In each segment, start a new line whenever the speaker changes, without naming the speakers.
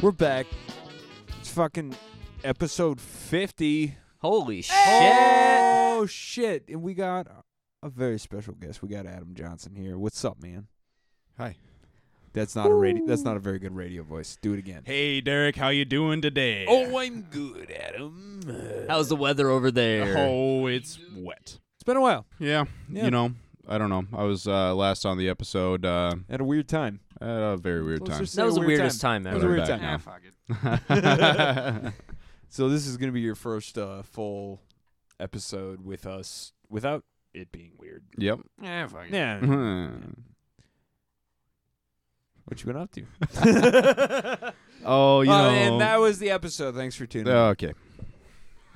We're back. It's fucking episode 50.
Holy shit.
Oh, shit. And we got a very special guest. We got Adam Johnson here. What's up, man?
Hi.
That's not a radio. That's not a very good radio voice. Do it again.
Hey Derek, how you doing today?
I'm good, Adam.
How's the weather over there?
Oh, it's wet.
It's been a while.
Yeah,
Yeah.
you know, I don't know. I was uh, last on the episode uh,
At a weird time.
at a very weird
Let's
time.
just say
that was the
weird
weirdest time,
It was
ever.
a
We're
weird
back
time.
now.
fuck it.
So this is gonna be your first uh, full episode with us without it being weird.
yep.
Yeah, fuck it.
Yeah.
Mm-hmm.
oh,
What you been up to?
Oh, you
Uh,
know. Uh,
and that was the episode. Thanks for tuning. in.
okay.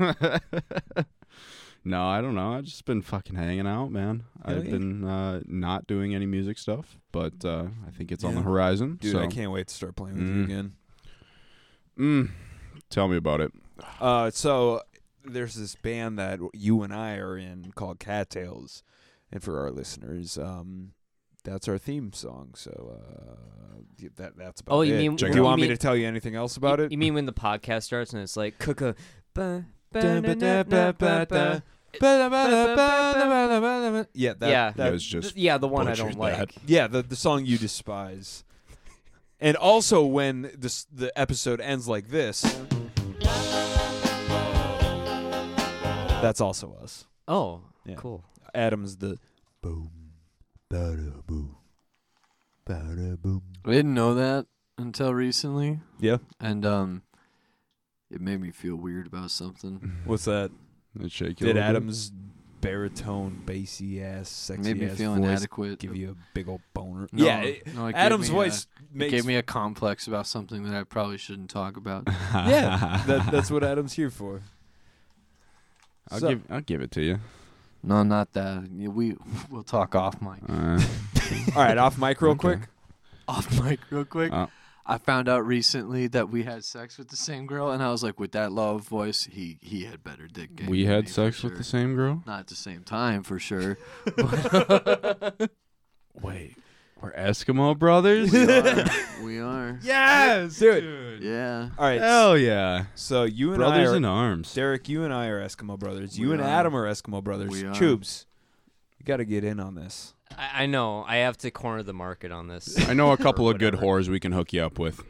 no, I don't know. I've just been fucking hanging out, man.
Hell
I've
yeah.
been uh, not doing any music stuff, but uh, I think it's on the
Yeah.
horizon.
Dude,
so.
I can't wait to start playing with you
Mm.
again.
Mm, tell me about it.
Uh, so there's this band that you and I are in called Cattails, and for our listeners, um, that's our theme song. So uh, y- that that's about
Oh, you
it.
mean-
do
Check it
you
out.
want
you
me
mean-
to tell you anything else about
you,
it?
You mean when the podcast starts and it's like cuckoo. ba- ba- na- na- na- ba- ba-
yeah, that,
Yeah.
that-
it was just
Th- Yeah, the one I
butchered
don't like.
that.
yeah, the the song you despise. And also when this the episode ends like this, that's also us.
Oh,
Yeah.
cool.
Adam's the
I didn't know that until recently,
yeah.
and um, it made me feel weird about something.
What's that?
It shake you a
Did
little bit?
Adam's baritone, bassy ass,
It
sexy
made me
ass
feel
voice
inadequate.
give you a big old boner?
No,
yeah, it-
no, it gave
Adam's
me
voice
a, it
makes
gave me a complex about something that I probably shouldn't talk about.
yeah. that, that's what Adam's here for.
I'll
So-
give I'll give it to you.
no, not that. Yeah, We we'll talk off mic.
Uh,
All right, off mic real
Okay.
quick.
Off mic, real quick.
Uh.
I found out recently that we had sex with the same girl, and I was like, with that low voice, he he had better dick game.
we
than
had
me, for
sex with
sure.
the same girl.
Not at the same time, for sure.
Wait, we're Eskimo brothers.
we are. We are.
yes,
Do it.
Yeah.
All right.
Hell yeah,
So you and I
brothers
are,
in arms.
Derek, you and I are Eskimo brothers.
We
You and
are.
Adam are Eskimo brothers.
We are.
Chubes, you got to get in on this.
I, I know. I have to corner the market on this.
I know a couple of good whores we can hook you up with.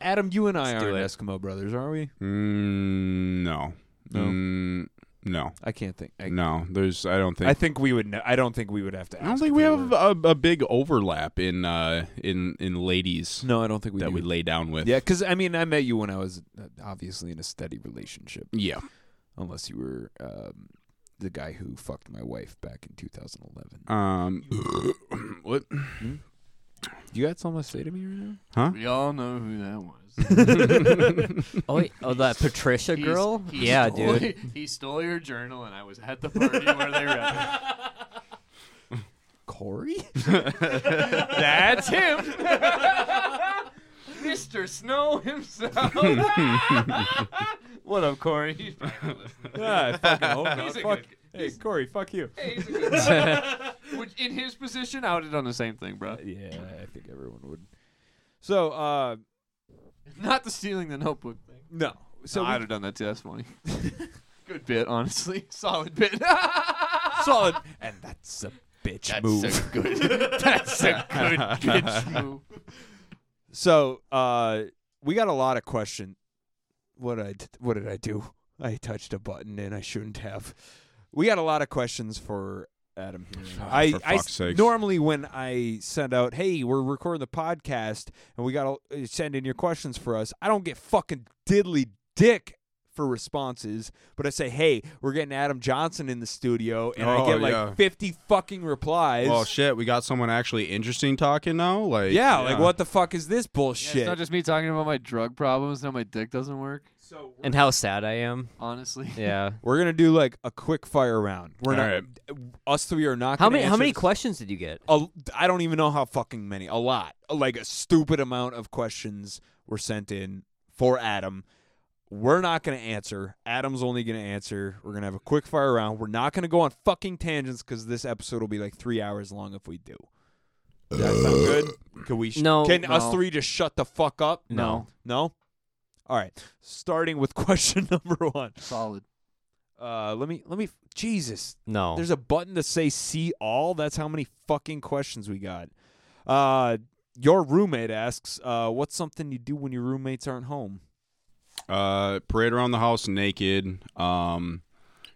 Adam, you and I
Let's do
aren't
it.
Eskimo brothers, are we?
Mm, no,
No.
Mm, no,
I can't think. I,
no. There's I don't think
I think we would. Know, I don't think we would have to.
I don't
ask
think
if
we
they
have
were.
a, a big overlap in uh in in ladies
No, I don't think we
that
do.
we lay down with.
Yeah, because I mean, I met you when I was uh, obviously in a steady relationship,
yeah.
unless you were um, the guy who fucked my wife back in 2011.
Um, what?
you got something to say to me right now?
We all know who that was.
oh, wait, oh, that Patricia
He's-
girl.
he
yeah,
stole-
dude.
He stole your journal, and I was at the party where they read
Corey?
That's him. Mr. Snow himself. what up, Corey?
I fucking hope not.
He's a
Fuck-
good-
Hey, Corey, fuck you.
it. Which, in his position, I would have done the same thing, bro.
Uh, Yeah, I think everyone would. So, uh,
Not the stealing the notebook thing.
no. So
So
we-
I'd have done that too. That's funny. Good bit, honestly. Solid bit.
solid, and that's a bitch move.
a good. That's a good bitch move.
So uh, we got a lot of question. What I d- what did I do? I touched a button and I shouldn't have. We got a lot of questions for Adam here.
Oh,
I,
for
I
fuck's
s-
sakes.
normally when I send out, hey, we're recording the podcast and we got to send in your questions for us. I don't get fucking diddly dick for responses, but I say, hey, we're getting Adam Johnson in the studio, and I
Oh,
get like
yeah.
fifty fucking replies.
Oh shit, we got someone actually interesting talking now. Like
yeah, like what the fuck is this
Yeah,
bullshit?
it's not just me talking about my drug problems. Now my dick doesn't work.
and how sad I am.
Honestly.
Yeah.
We're gonna do like a quick fire round. We're
All
not.
right.
Us three are not.
How
gonna
many? How
answer
many
this-
questions did you get?
A, I don't even know how fucking many. A lot. Like a stupid amount of questions were sent in for Adam. We're not gonna answer. Adam's only gonna answer. We're gonna have a quick fire round. We're not gonna go on fucking tangents because this episode will be like three hours long if we do. Does that sound good? Can we? Sh-
No,
Can us
no.
three just shut the fuck up?
No.
No. All right. Starting with question number one.
Solid.
Uh, let me let me. Jesus,
No.
there's a button to say "see all." That's how many fucking questions we got. Uh, your roommate asks, uh, "What's something you do when your roommates aren't home?"
Uh, parade around the house naked. Um,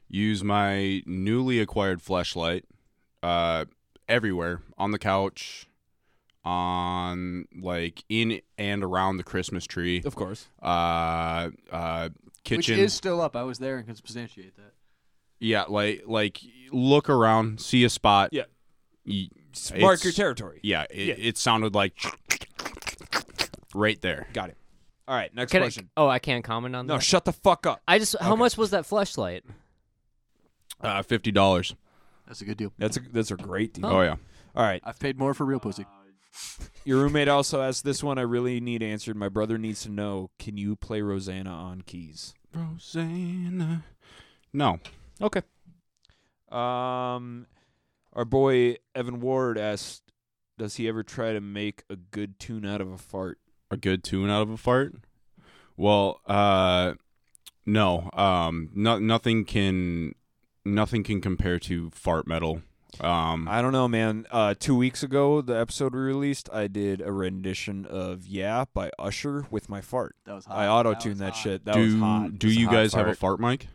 use my newly acquired flashlight. Uh, everywhere on the couch, on like in and around the Christmas tree.
Of course.
Uh, uh, kitchen.
Which is still up. I was there and can substantiate that.
yeah, like like look around, see a spot.
Yeah.
Y-
Mark
it's-
your territory.
Yeah, it,
Yeah.
it sounded like right there.
Got it. All right. Next
Can I-
question.
oh, I can't comment on
no,
that.
shut the fuck up.
I just. How
Okay.
much was that flashlight?
Uh, fifty dollars.
That's a good deal.
That's a that's a great deal.
Oh yeah.
All right.
I've paid more for real pussy.
Your roommate also asked this one. I really need answered. My brother needs to know. Can you play Rosanna on keys?
Rosanna. No.
Okay. Um, our boy Evan Ward asked, "Does he ever try to make a good tune out of a fart?"
a good tune out of a fart? Well, uh no. Um no, nothing can nothing can compare to fart metal. Um
I don't know, man. Uh, two weeks ago, the episode we released, I did a rendition of "Yeah" by Usher with my fart.
That was hot.
I auto tuned Ah, that,
was hot.
shit. That was
do
hot.
do
It's a
you
hot
guys have a
fart.
fart mic?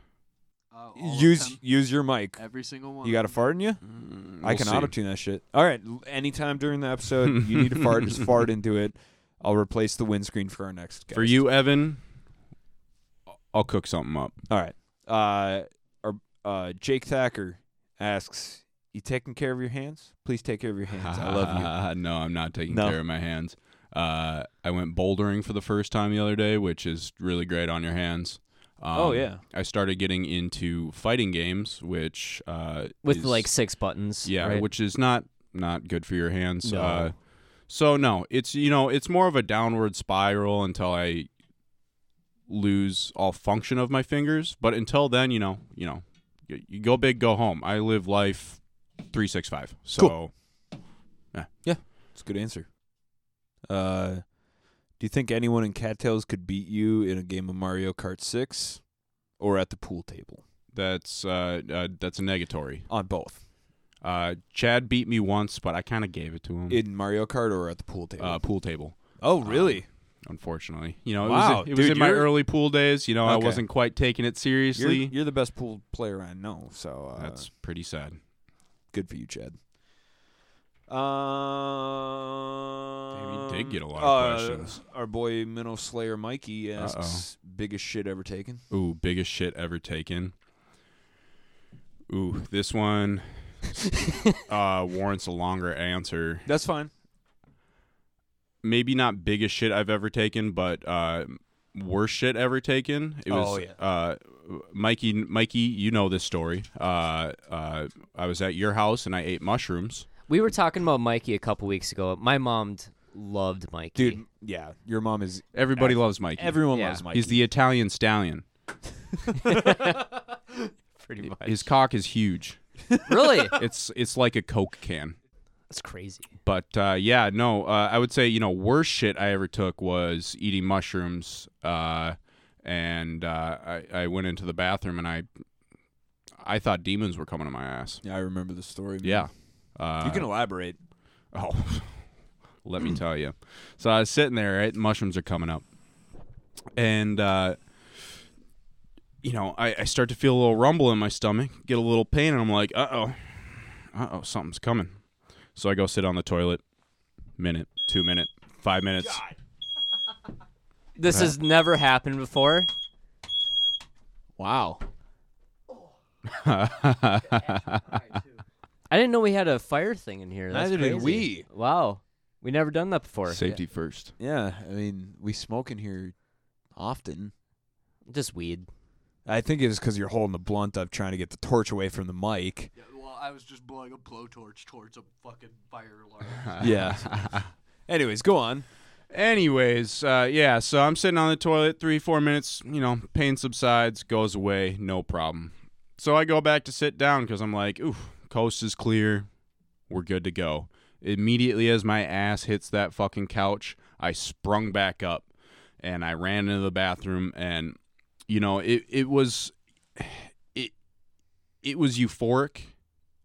Uh, all of
Use
them.
use your mic.
every single one.
You got a
of them. Mm.
fart in you? I
We'll
can
see.
auto tune that shit. All right. l- Anytime during the episode, you need to fart, just fart into it. I'll replace the windscreen for our next guest.
For you, Evan, I'll cook something up.
All right. Uh, our, uh, Jake Thacker asks, "You taking care of your hands? Please take care of your hands. I love
you. no, I'm not taking
No.
care of my hands. Uh, I went bouldering for the first time the other day, which is really great on your hands. Um,
Oh, yeah.
I started getting into fighting games, which uh,
With
is-
like six buttons.
yeah,
right?
which is not not good for your hands.
No.
Uh, so no, it's you know it's more of a downward spiral until I lose all function of my fingers. But until then, you know, you know, you, you go big, go home. I live life three six five. So.
you. It's a good answer. Uh, do you think anyone in cattails could beat you in a game of Mario Kart Six, or at the pool table?
That's uh, uh that's a negatory.
On both,
Uh, Chad beat me once, but I kind of gave it to him.
in Mario Kart or at the pool table?
Hmm. uh, pool table,
oh, really?
unfortunately. You know, it
Wow,
was it was
dude,
in my
you're-
early pool days. You know, I
Okay.
wasn't quite taking it
You're,
seriously.
you're the best pool player I know, so uh,
that's pretty sad.
good for you, Chad. Um,
did get a lot of
uh,
questions.
Our boy Minnow Slayer Mikey asks, "Biggest shit ever taken?"
Ooh, biggest shit ever taken. Ooh, this one uh, warrants a longer answer.
That's fine.
Maybe not biggest shit I've ever taken, but uh, worst shit ever taken. It was
Oh, yeah.
uh, Mikey. Mikey, you know this story. Uh, uh, I was at your house and I ate mushrooms.
We were talking about Mikey a couple weeks ago. My mom d- loved Mikey.
dude. Yeah, your mom is.
Everybody loves Mikey.
Everyone
Yeah.
loves Mikey.
He's the Italian stallion.
pretty much.
His cock is huge.
really?
It's it's like a Coke can.
That's crazy.
But uh, yeah, no, uh, I would say you know worst shit I ever took was eating mushrooms, uh, and uh, I, I went into the bathroom and I I thought demons were coming to my ass.
yeah, I remember the story. man.
Yeah, uh,
you can elaborate.
Oh, let me tell you. So I was sitting there, right? Mushrooms are coming up. And, uh, you know, I, I start to feel a little rumble in my stomach, get a little pain, and I'm like, uh oh, uh oh, something's coming. So I go sit on the toilet. Minute, two minute, five minutes.
This has never happened before.
Wow.
I didn't know we had a fire thing in here. That's
Neither did
crazy.
we.
Wow. We never done that before.
Safety first.
Yeah, I mean, we smoke in here often.
Just weed.
I think it was because you're holding the blunt up, trying to get the torch away from the mic.
Yeah, well, I was just blowing a blowtorch towards a fucking fire alarm.
Yeah. Anyways, go on.
Anyways, uh, yeah, so I'm sitting on the toilet, three, four minutes, you know, pain subsides, goes away, no problem. So I go back to sit down because I'm like, ooh, coast is clear, we're good to go. Immediately as my ass hits that fucking couch, I sprung back up and I ran into the bathroom and you know it it was it it was euphoric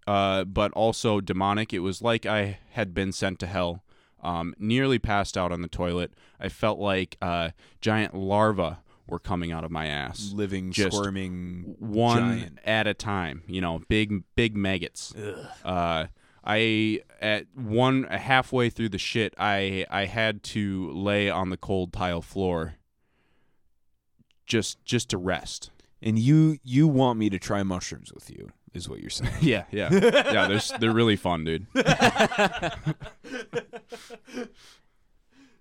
uh but also demonic it was like I had been sent to hell um nearly passed out on the toilet I felt like uh giant larvae were coming out of my ass
living,
Just
squirming.
one
giant.
at a time. You know, big big maggots. Uh, I at one halfway through the shit, I I had to lay on the cold tile floor. Just just to rest.
And you you want me to try mushrooms with you is what you're saying.
Yeah, yeah, yeah. They're s- they're really fun, dude.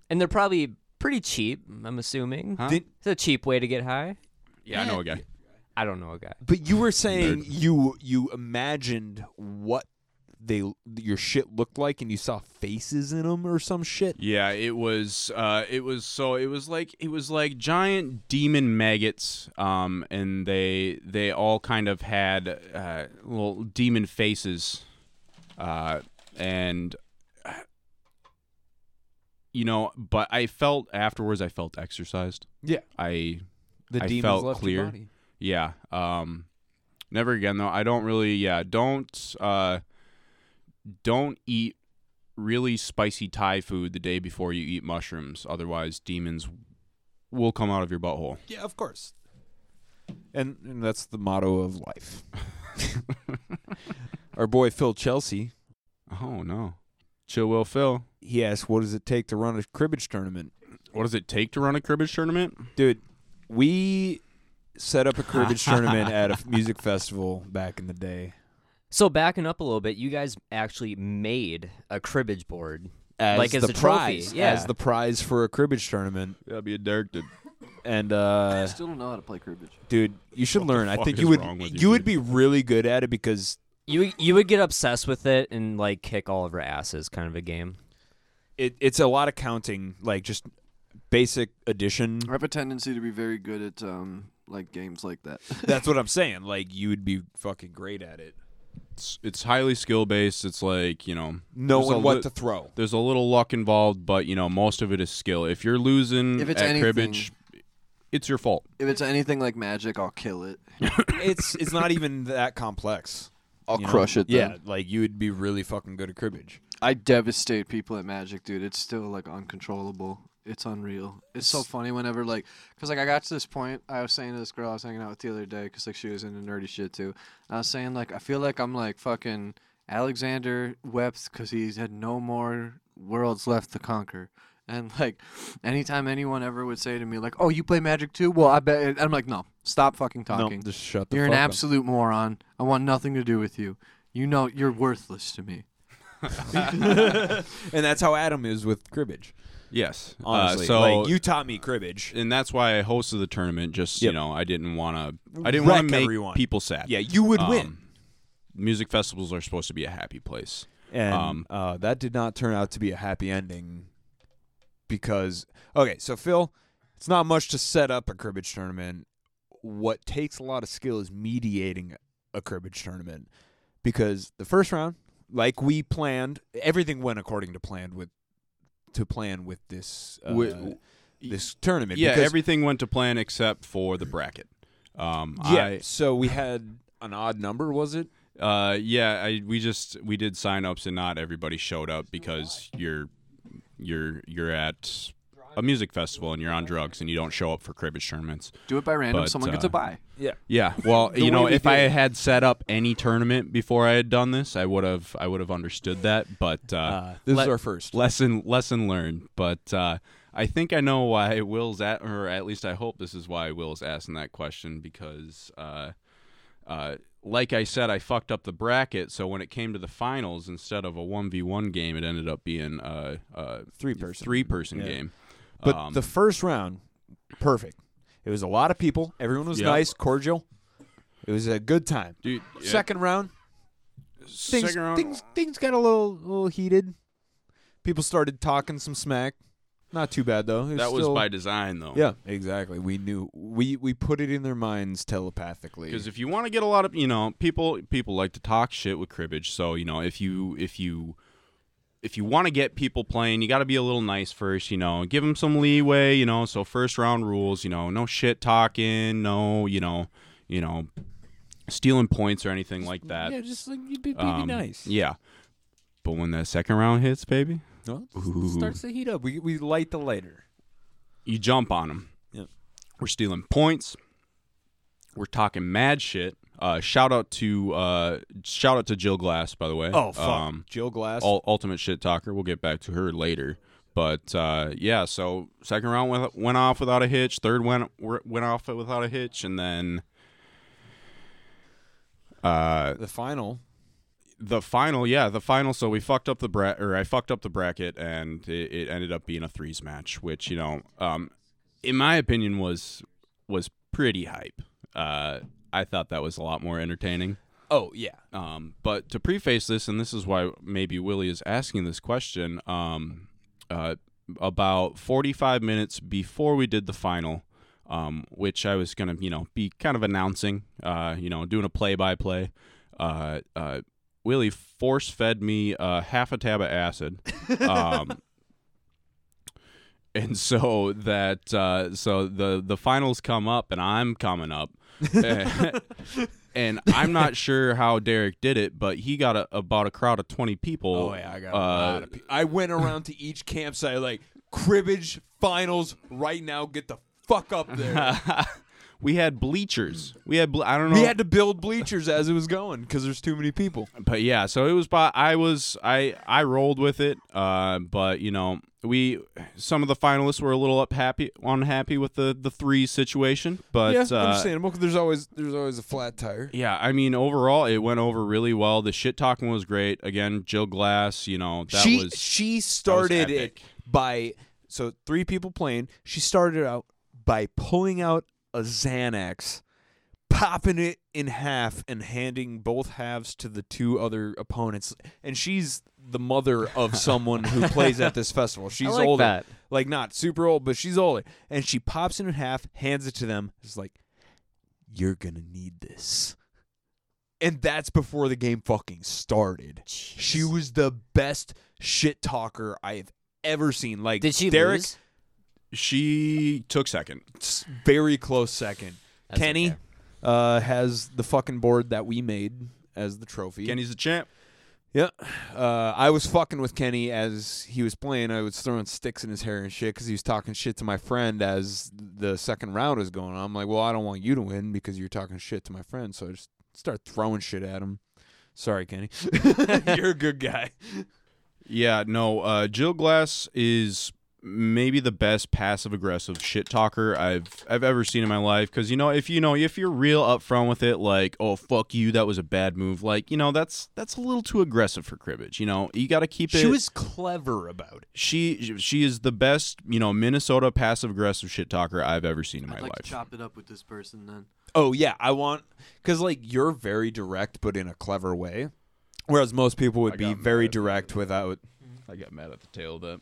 and they're probably pretty cheap. I'm assuming
Huh?
Did-
it's a cheap way to get high.
yeah, I know a guy.
I don't know a guy.
But you were saying
Nerd.
you you imagined what they your shit looked like, and you saw faces in them or some shit.
Yeah, it was uh it was so it was like it was like giant demon maggots um and they they all kind of had uh little demon faces uh and you know, but I felt afterwards I felt exercised.
Yeah.
I
The
I
demons
felt
left
clear.
your body.
yeah. Um never again though. I don't really yeah, don't uh don't eat really spicy Thai food the day before you eat mushrooms. Otherwise demons will come out of your butthole.
Yeah, of course. And, and that's the motto of life. Our boy Phil Chelsea,
Oh no. Chill Will Phil.
he asked, "What does it take to run a cribbage tournament?"
What does it take to run a cribbage tournament?
Dude, we set up a cribbage tournament at a music festival back in the day.
So backing up a little bit, you guys actually made a cribbage board.
As
Like as
the
a trophy,
prize,
yeah.
as the prize for a cribbage tournament,
That'd be addicted.
and uh,
Still don't know how to play cribbage.
dude, you should learn. I
fuck
think
is
you would
wrong with
you,
you,
would
dude?
be really good at it because
You you would get obsessed with it and like kick all of our asses, kind of a game.
it, it's a lot of counting, like just basic addition.
I have a tendency to be very good at um like games like that.
That's what I'm saying. Like you would be fucking great at it.
It's, it's highly skill based. It's like, you know, there's a
knowing
li-
what to throw.
there's a little luck involved, but you know, most of it is skill. If you're losing
If it's
at
anything-
cribbage, it's your fault.
if it's anything like magic, I'll kill it.
It's it's not even that complex.
I'll
you know?
crush it.
Yeah,
then.
like you would be really fucking good at cribbage.
I devastate people at Magic, dude. It's still like uncontrollable. It's unreal. It's so funny whenever like, cause like I got to this point. I was saying to this girl I was hanging out with the other day, cause like she was into nerdy shit too. I was saying like I feel like I'm like fucking Alexander wept cause he had no more worlds left to conquer. And like, anytime anyone ever would say to me like, "Oh, you play Magic too?" Well, I bet and I'm like, "No, stop fucking talking.
just shut
you're an absolute moron. I want nothing to do with you. You know you're worthless to me."
And that's how Adam is with cribbage.
Yes. Uh,
Honestly,
so
like you taught me cribbage.
and that's why I hosted the tournament. Just
Yep.
you know, I didn't want to. I didn't want
Wreck
to make
everyone.
people sad.
Yeah, you would
Um,
win.
Music festivals are supposed to be a happy place.
And
um,
uh, that did not turn out to be a happy ending because okay, so Phil, it's not much to set up a cribbage tournament. What takes a lot of skill is mediating a cribbage tournament because the first round, like we planned, everything went according to planned with to plan with this uh,
Wi-
this tournament.
yeah,
because,
everything went to plan except for the bracket. Um,
yeah. so we had an odd number, was it?
I, uh, yeah, I, we just we did signups and not everybody showed up because you're you're you're at a music festival and you're on drugs and you don't show up for cribbage tournaments.
Do it by random.
But,
Someone gets
uh,
a buy.
Yeah.
Yeah, well,
The
you know,
way we
if
did
I
it.
had set up any tournament before I had done this, I would have I would have understood that. But uh,
Uh, this
let-
is our first.
lesson lesson learned. But uh, I think I know why Will's at, or at least I hope this is why Will's asking that question because, uh, uh, like I said, I fucked up the bracket. So when it came to the finals, instead of a one v one game, it ended up being a, a
Three person.
three person
Yeah.
game.
But
Um,
the first round, perfect. It was a lot of people. Everyone was
Yep.
nice, cordial. It was a good time.
dude, yeah,
Second round,
uh,
things
second round-
things things got a little little heated. People started talking some smack. Not too bad though. It
that was
still-
by design though.
yeah, exactly. We knew we we put it in their minds telepathically.
Because if you want to get a lot of, you know, people people like to talk shit with cribbage. So you know, if you if you if you want to get people playing, you got to be a little nice first, you know, give them some leeway, you know. So first round rules, you know, no shit talking, no, you know, you know, stealing points or anything like that.
yeah, just like be, be, be
Um,
nice.
Yeah. But when the second round hits, baby,
No, it
Ooh.
starts to heat up. We we light the lighter.
you jump on them.
Yep.
We're stealing points. We're talking mad shit. Uh, shout out to uh, shout out to Jill Glass, by the way.
Oh fuck,
Um,
Jill Glass.
Ul- ultimate shit talker. We'll get back to her later. But uh, yeah, so second round went, went off without a hitch. Third went went off without a hitch, and then uh,
the final.
the final. Yeah, the final. So we fucked up the bra- or I fucked up the bracket, and it, it ended up being a threes match, which you know, um, in my opinion, was was pretty hype. Uh, I thought that was a lot more entertaining.
Oh yeah.
Um, but to preface this, and this is why maybe Willie is asking this question, um, uh, about 45 minutes before we did the final, um, which I was going to, you know, be kind of announcing, uh, you know, doing a play by play, uh, uh, Willie force fed me uh, half a tab of acid. Um, and so that uh, so the the finals come up and I'm coming up. and I'm not sure how Derek did it, but he got a, about a crowd of 20 people.
Oh yeah, I got a
uh,
lot of pe- I went around to each campsite like cribbage finals right now. Get the fuck up there.
we had bleachers. We had ble- I don't know.
we had to build bleachers as it was going because there's too many people.
but yeah, so it was by I was I I rolled with it. Uh, but you know, we some of the finalists were a little up happy unhappy with the the three situation, but
yeah,
uh,
understandable. 'cause there's always there's always a flat tire.
Yeah, I mean overall it went over really well. The shit talking was great. Again, Jill Glass, you know, that
she
was
she started it
epic.
by so three people playing. She started out by pulling out a Xanax, popping it in half, and handing both halves to the two other opponents. And she's the mother of someone who plays at this festival. She's
like
older,
that.
like not super old, but she's older. And she pops it in half, hands it to them. It's like, you're gonna need this. And that's before the game fucking started. She was the best shit talker I've ever seen. Like
Did she
Derek,
lose?
she took second.
s- very close second.
That's
Kenny
okay.
uh, has the fucking board that we made as the trophy.
Kenny's the champ.
Yeah. Uh, I was fucking with Kenny as he was playing. I was throwing sticks in his hair and shit because he was talking shit to my friend as the second round was going on. I'm like, well, I don't want you to win because you're talking shit to my friend. So I just start throwing shit at him. Sorry, Kenny. you're a good guy.
Yeah, no, uh, Jill Glass is maybe the best passive aggressive shit talker I've I've ever seen in my life. Cause you know, if you know, if you're real upfront with it, like, oh fuck you, that was a bad move, like, you know, that's that's a little too aggressive for cribbage. You know, you gotta keep it
She was clever about it.
she she is the best, you know, Minnesota passive aggressive shit talker I've ever seen in my
I'd like to
life.
chop it up with this person then.
Oh yeah, I want because like you're very direct, but in a clever way, whereas most people would
I
be
got
very
mad.
direct without.
I got mad at the tail of that.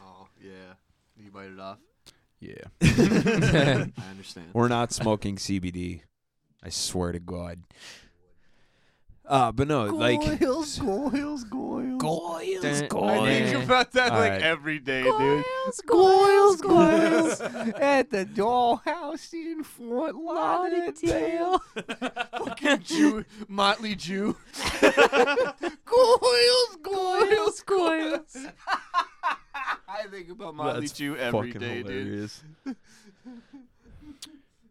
Oh yeah, you bite it off.
Yeah.
I understand.
We're not smoking CBD. I swear to God. Uh, but no, like
Goils, goils, goils.
goils,
Dun-
goils.
I think-
about that
All right.
every day, dude. Goils, goils, at the dollhouse in Fort Lauderdale. Fucking Jew, motley Jew. goils, goils, goils. I think about motley
That's
Jew every
fucking
day, dude.
hilarious.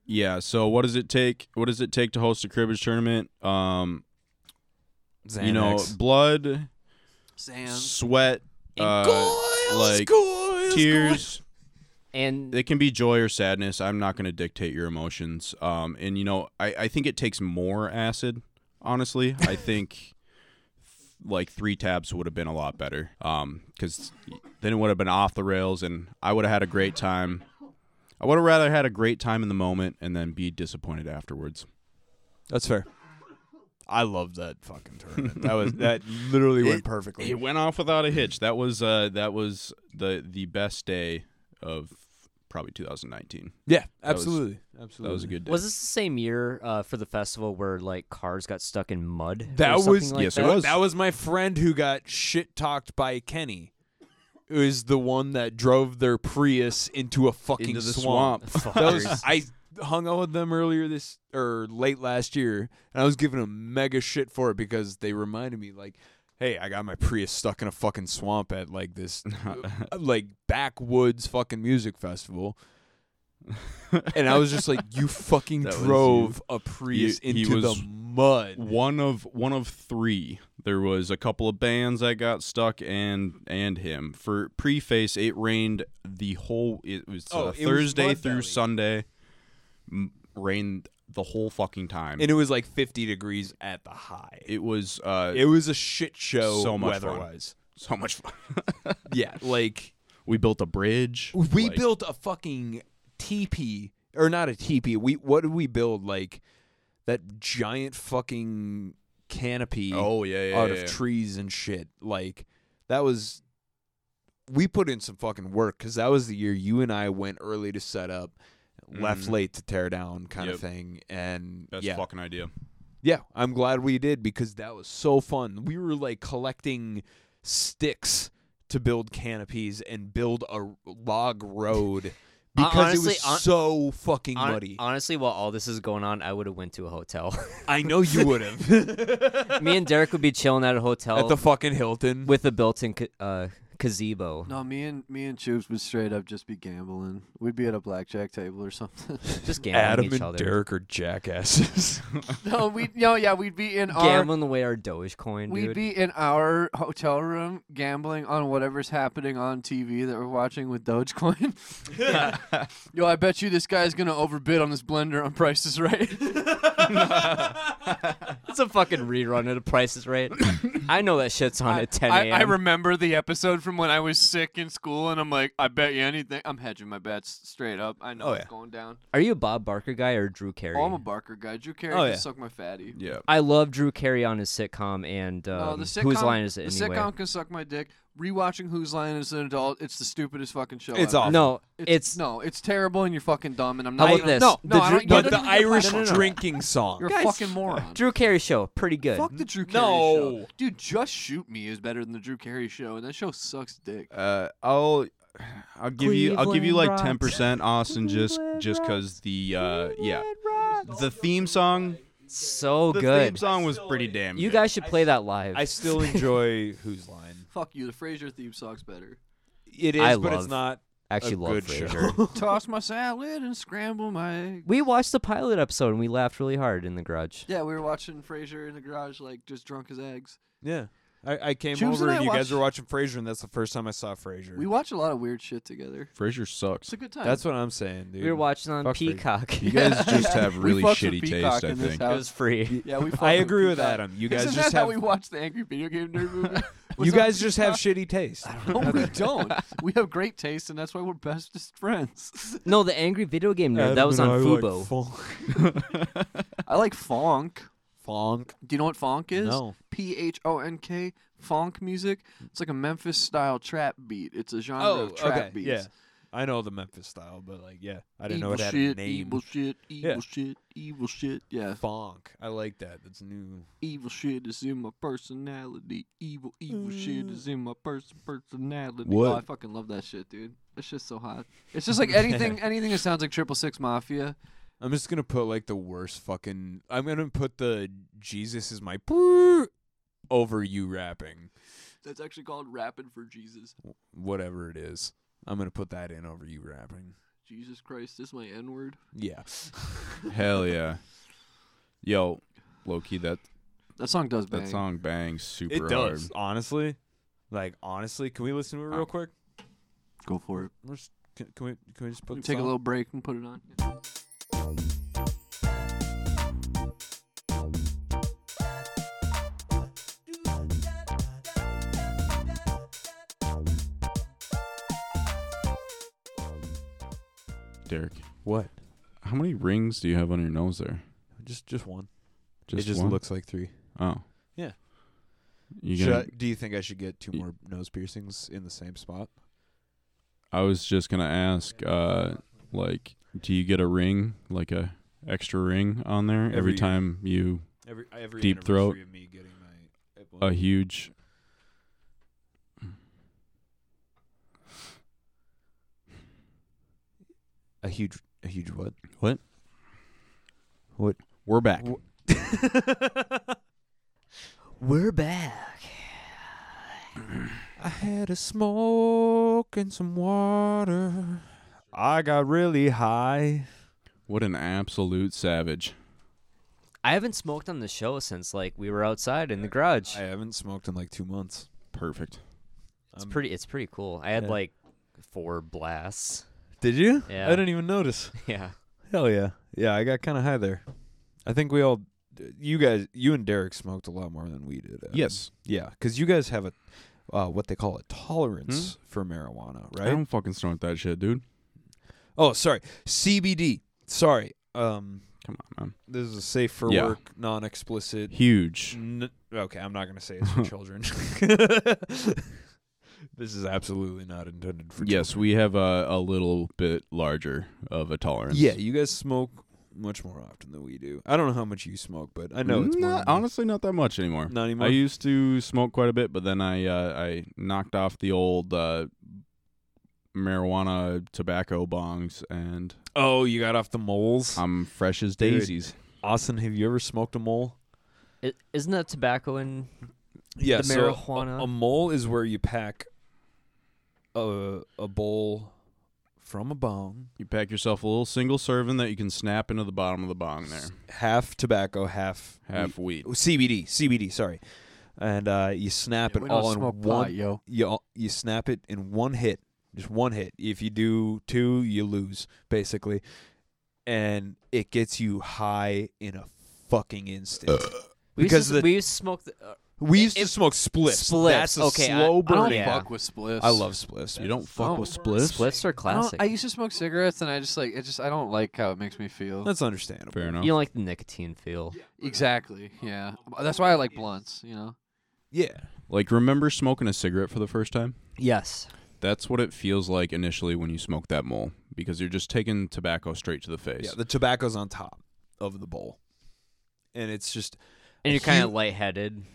yeah, so what does it take what does it take to host a cribbage tournament? Um you know,
Xanax.
blood,
Sam,
sweat, uh, like tears.
And
It can be joy or sadness. I'm not going to dictate your emotions. Um, and you know, I, I think it takes more acid. Honestly, I think like three tabs would have been a lot better. Um, because then it would have been off the rails, and I would have had a great time. I would have rather had a great time in the moment and then be disappointed afterwards.
That's fair. I love that fucking tournament. That was that literally went perfectly.
It went off without a hitch. That was uh, that was the the best day of probably 2019.
Yeah,
That was-
absolutely, absolutely.
That was a good day.
Was this the same year uh, for the festival where like cars got stuck in mud? or
That
something
was-
like
yes, it
that?
was.
That was my friend who got shit talked by Kenny. Is the one that drove their Prius into a fucking
Into the
swamp.
swamp.
That was-
Fuckers.
I hung out with them earlier this or late last year, and I was giving them mega shit for it because they reminded me like, "Hey, I got my Prius stuck in a fucking swamp at like this uh, like backwoods fucking music festival." and I was just like, "You fucking
That was you.
drove a Prius
He- he
into
was
the mud."
one of one of three. There was a couple of bands that got stuck, and and him for preface. It rained the whole. It was
Oh,
uh,
it was
Thursday
Mud
through
Valley.
Sunday. M- rained the whole fucking time.
and it was like 50 degrees at the high. It,
it was uh,
was a shit show
So much fun.
weather-wise.
so much fun.
Yeah, like
we built a bridge.
we
like,
built a fucking teepee or not a teepee. We what did we build like that giant fucking canopy
Oh yeah, yeah,
out
yeah,
of
yeah.
trees and shit. Like that was we put in some fucking work cuz that was the year you and I went early to set up, left
Mhm.
late to tear down kind
Yep.
of thing and
Best
yeah.
fucking idea.
Yeah, I'm glad we did because that was so fun. We were like collecting sticks to build canopies and build a log road
Hon-
because it
honestly,
was
hon-
so fucking
Hon-
muddy.
honestly, while all this is going on, I would have went to a hotel.
I know you would have
Me and Derek would be chilling at a hotel
at the fucking Hilton.
with a built-in ca- uh, gazebo.
No, me and me and Chubes would straight up just be gambling. We'd be at a blackjack table or something.
Just gambling
Adam
each
and
other.
Derek are jackasses.
no, we no, yeah, we'd be in our
Gambling away our Dogecoin,
we'd
dude.
be in our hotel room gambling on whatever's happening on TV that we're watching with Dogecoin. Yo, I bet you this guy's gonna overbid on this blender on prices right.
it's a fucking rerun of The Price is Right. I know that shit's on at 10
I,
a.m.
I remember the episode from when I was sick in school, and I'm like, I bet you anything. I'm hedging my bets straight up. I know
Oh,
it's
yeah.
going down.
Are you a Bob Barker guy or Drew Carey?
Oh, I'm a Barker guy. Drew Carey
Oh,
can
yeah.
suck my fatty.
Yeah.
I love Drew Carey on his sitcom and um,
no, the sitcom,
whose line is it
the
anyway?
sitcom can suck my dick. Rewatching Whose Line is an Adult, it's the stupidest fucking show.
It's
ever.
awful.
No, it's,
no, it's terrible, and you're fucking dumb, and I'm
How
not.
about
gonna-
this?
No,
The
no, I
Drew-
don't, you
but
don't
the
even get a
Irish
platform.
drinking song.
You're a
Guys,
fucking moron.
Drew Carey show, pretty good.
Fuck the Drew Carey show,
No.
dude. Just shoot me is better than the Drew Carey show, and that show sucks dick.
Uh, I'll I'll give you I'll give you
Cleveland
like ten percent, Austin, just just because the uh yeah the theme song
so
the theme
good.
song was pretty damn.
You
good.
guys should play that live.
I still enjoy Who's Line.
Fuck you. The Frasier theme sucks better.
It is,
I
but
love
it's not
actually
a
love
good
Frasier.
show.
Toss my salad and scramble my egg.
We watched the pilot episode and we laughed really hard in the garage.
Yeah, we were watching Frasier in the garage, like just drunk as eggs.
yeah. I, I came
Tubes
over and
and I
you
watched-
guys were watching Frasier, and that's the first time I saw Frasier.
We watch a lot of weird shit together.
Frasier
It's
sucks.
a good time.
that's what I'm saying, dude.
we were watching on
Fuck Frasier.
Peacock.
You guys just have
We
really
fucks with
shitty
Peacock
taste. I
in this
think.
it
house.
was free.
Yeah, we. fuck
I agree with
Peacock.
Adam. You guys
Isn't
just
that
have
how we watch the Angry Video Game Nerd movie?
you guys just have shitty taste.
No, we don't. We have great taste, and that's why we're bestest friends.
No, the angry video game nerd. that was on Fubo.
I like funk.
Fonk.
Do you know what funk is?
No.
P H O N K. Funk music. It's like a Memphis style trap beat. It's a genre
Oh,
of trap
okay.
beats.
Yeah. I know the Memphis style, but like, yeah, I didn't
evil
know it had
shit,
a name.
Evil shit, evil
Yeah.
shit, evil shit. Yeah.
Fonk. I like that. That's new.
Evil shit is in my personality. Evil, evil shit is in my person personality.
What?
Oh, I fucking love that shit, dude. That shit's so hot. It's just like anything anything that sounds like Triple Six Mafia.
I'm just gonna put like the worst fucking. I'm gonna put the Jesus is my poo over you rapping,
That's actually called Rapping for Jesus.
whatever it is. I'm gonna put that in over you rapping.
Jesus Christ, this is my N word.
Yeah.
Hell yeah. Yo, Loki, that
That song does bang.
that song bangs super
It does,
hard.
honestly. Like honestly, can we listen to it
Uh,
real quick?
Go for it.
We're just- can, can we can we just put the
Take a
song-
little break and put it on.
Derek,
what?
how many rings do you have on your nose there?
Just just one.
Just
it just
one?
looks like three.
Oh.
Yeah.
You
Should
gonna,
I- do you think I should get two
Y-
more nose piercings in the same spot?
I was just gonna ask. Uh, Like, do you get a ring, like a extra ring on there every,
Every year.
time you
Every every
Deep
anniversary of me getting my hip
a
bone-
huge?
a huge a huge what?
What?
What?
We're back.
Wh-
We're back.
I had a smoke and some water. I got really high.
What an absolute savage!
I haven't smoked on the show since like we were outside in the garage.
I haven't smoked in like two months.
Perfect.
It's
I'm-
pretty. It's pretty cool. I had
Yeah.
like four blasts.
Did you?
Yeah.
I didn't even notice.
Yeah.
Hell yeah. Yeah, I got kind of high there. I think we all, you guys, you and Derek smoked a lot more than we did. Adam.
Yes.
Yeah, because you guys have a, uh, what they call a tolerance for marijuana,
Hmm? I
right?
don't fucking snort that shit, dude.
Oh, sorry. CBD. Sorry. Um,
Come on, man.
This is a safe for
Yeah.
work, non explicit.
Huge.
N- okay, I'm not going to say it's for children. this is absolutely not intended for
Yes, we have a, a little bit larger of a tolerance.
Yeah, you guys smoke much more often than we do. I don't know how much you smoke, but I know it's more
not,
than me.
honestly not that much anymore.
not anymore.
I used to smoke quite a bit, but then I uh, I knocked off the old uh, marijuana tobacco bongs, and
oh, you got off the moles.
I'm fresh as
Dude.
daisies.
Austin, have you ever smoked a mole?
I, isn't that tobacco and
Yeah,
The
so a-
marijuana.
A, mole is where you pack a a bowl from a bong,
You pack yourself a little single serving that you can snap into the bottom of the bong there.
half tobacco, half
Half wheat.
Oh, CBD, CBD, sorry. And uh, you snap
Yeah,
it
we don't
all in
smoke
one.
pot, yo.
You all- you snap it in one hit, just one hit. If you do two, you lose basically, and it gets you high in a fucking instant.
we
Because
used to,
the-
we used to smoke. The, uh,
we used to
If-
smoke spliffs.
Spliffs,
That's a
okay, I-
slow
I
I
burn.
don't
Yeah.
fuck with spliffs.
I love spliffs.
You don't fuck
Oh.
with spliffs.
spliffs are
I, don't,
classic.
I used to smoke cigarettes, and I just like it. Just I don't like how it makes me feel.
That's understandable.
Fair enough.
you don't like the nicotine feel.
exactly. Yeah. That's why I like blunts. You know.
Yeah.
Like remember smoking a cigarette for the first time?
Yes.
That's what it feels like initially when you smoke that mole, because you're just taking tobacco straight to the face.
Yeah. The tobacco's on top of the bowl, and it's just
And you're kind
Huge-
of lightheaded.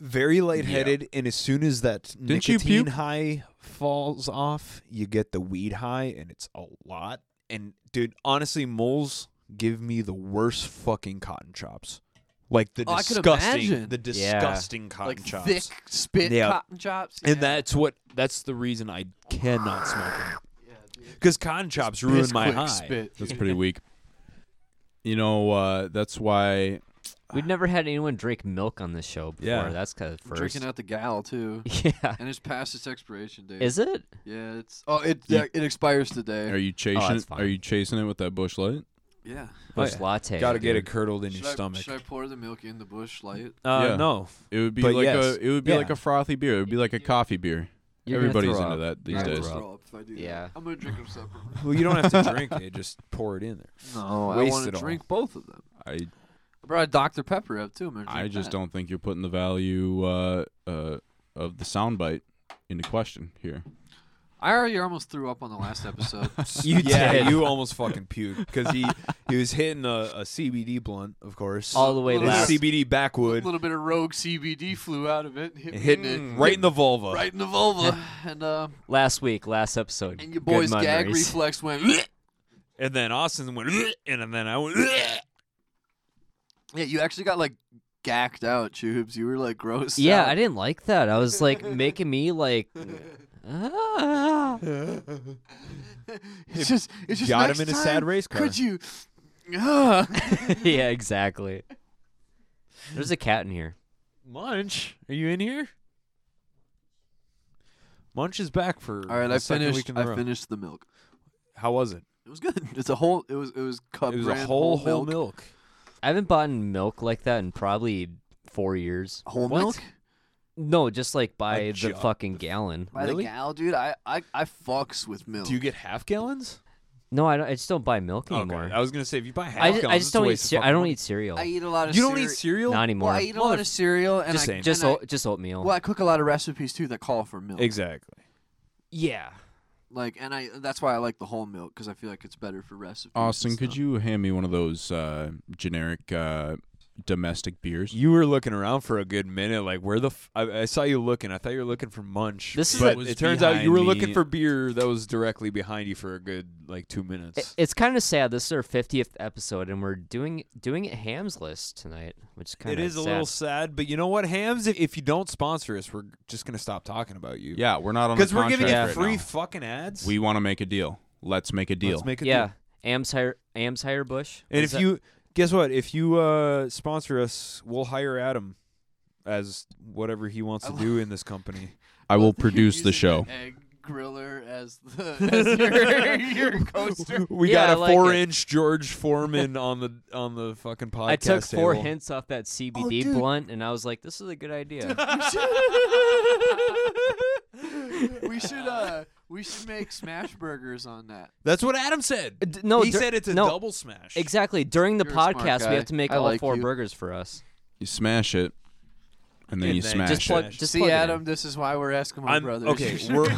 very lightheaded, and as soon as that
Didn't you
nicotine
puke?
high falls off, you get the weed high, and it's a lot. And dude, honestly, moles give me the worst fucking cotton chops. Like the
Oh, I could
disgusting,
imagine.
the disgusting cotton
like
chops,
thick spit
Yeah.
cotton chops.
and
yeah.
that's what that's the reason I cannot smoke them. Because cotton chops ruin my
Bisquick
high.
Spit.
That's pretty weak. You know, uh, that's why
We've never had anyone drink milk on this show before.
Yeah.
That's kind of
I'm
first.
Drinking out the gal too,
yeah.
and it's past its expiration date.
Is it?
Yeah, it's oh it
You-
yeah, it expires today.
Are you chasing?
that's fine.
are you chasing it with that bush light?
yeah.
Oh,
Bush
yeah.
latte.
Got to get it
dude.
curdled in
should
your
I,
stomach.
Should I pour the milk in the bush light?
uh,
Yeah.
No,
It would be
But
like
yes.
a. It would be
Yeah.
like a frothy beer. It would be like a coffee beer.
You're gonna
Everybody's
throw
into
up.
that these
I will
gonna
days.
throw
throw up if I do that.
Yeah.
I'm gonna drink them separate.
well, you don't have to drink it; just pour it in there.
No,
Waste
I want
it
to
all.
drink both of them.
I
I brought a Dr Pepper up too. I'm gonna drink
I just
that.
don't think you're putting the value uh, uh, of the soundbite into question here.
I already almost threw up on the last episode.
You
yeah,
did.
you almost fucking puked because he he was hitting a, a CBD blunt, of course,
All the way
His
Little
last.
CBD
a
backwood,
little bit of rogue CBD flew out of it, and
and
hit me
hitting
in the,
right in the vulva.
right in the vulva, and uh,
Last week, last episode.
and your
Good
boy's gag
memories.
reflex went. "Bleh."
And then Austin went, "Ugh," and then I went, "Ugh."
Yeah, you actually got like gacked out, tubes. You were like gross.
Yeah, I didn't like that. I was like making me like. ah.
It's just, it's just
got
next
him in a
time,
sad race car.
Could you? Ah.
yeah, exactly. There's a cat in here.
Munch, are you in here? Munch is back for
All right,
the
I
second
finished.
Week in a
I
row.
finished the milk.
How was it?
It was good. It's a whole. It was. It was. Cup
it was a
brand
whole
whole milk.
I haven't bought milk like that in probably four years.
Whole
What?
milk.
No, just like by
A
the
jug.
fucking gallon.
By
Really?
the gal, dude. I, I I fucks with milk.
Do you get half gallons
No, I, don't, I just don't buy milk anymore.
Okay. I was gonna say if you buy half
I, ju- I
gallons,
just,
it's a
don't eat.
waste of
Ce- I
fucking
don't
money.
eat cereal.
I eat a lot of.
You don't eat
cere-
cereal?
Not anymore.
Well, I eat a lot of cereal, and
Just
I
saying.
and
just
I,
oat, just oatmeal.
well, I cook a lot of recipes too that call for milk.
Exactly.
Yeah.
Like, and I that's why I like the whole milk because I feel like it's better for recipes. and
Austin, could
stuff.
you hand me one of those uh, generic uh, domestic beers?
You were looking around for a good minute, like where the f- I, I saw you looking. I thought you were looking for Munch.
This is
but
a-
it turns out you were
behind
looking
me.
for beer that was directly behind you for a good like two minutes.
It- It's kind of sad. This is our 50th episode, and we're doing doing it Ham's list tonight, which is kind
It
of
is a little sad, but you know what, Hams? If, if you don't sponsor us, we're just gonna stop talking about you.
Yeah, we're not on
because
a
we're giving you
contract right
free
now.
fucking ads.
we want to make a deal. Let's make a deal.
Let's make a
yeah.
deal.
Am's hire Am's hire Bush.
And
Is
if
that-
you guess what, if you uh, sponsor us, we'll hire Adam as whatever he wants to
I
do in this company.
I will
Love that you're
produce the
using
show.
an egg griller as the as your, your coaster.
We
Yeah, I
got a
like it.
four-inch George Foreman on the on the fucking podcast.
I took four
table.
hints off that CBD
Oh,
dude.
blunt, and I was like, "This is a good idea."
We should uh we should make smash burgers on that.
That's what Adam said.
D- no,
he
dur-
said it's a
no.
double smash.
Exactly. During the
You're a smart
podcast,
guy.
we have to make
I
all
like
four
you.
burgers for us.
You smash it, and then
And
you
then
smash
just
Just
plug-
plug,
Smash.
just plug
See,
it in.
Adam, this is why we're Eskimo
I'm,
brothers.
okay, we're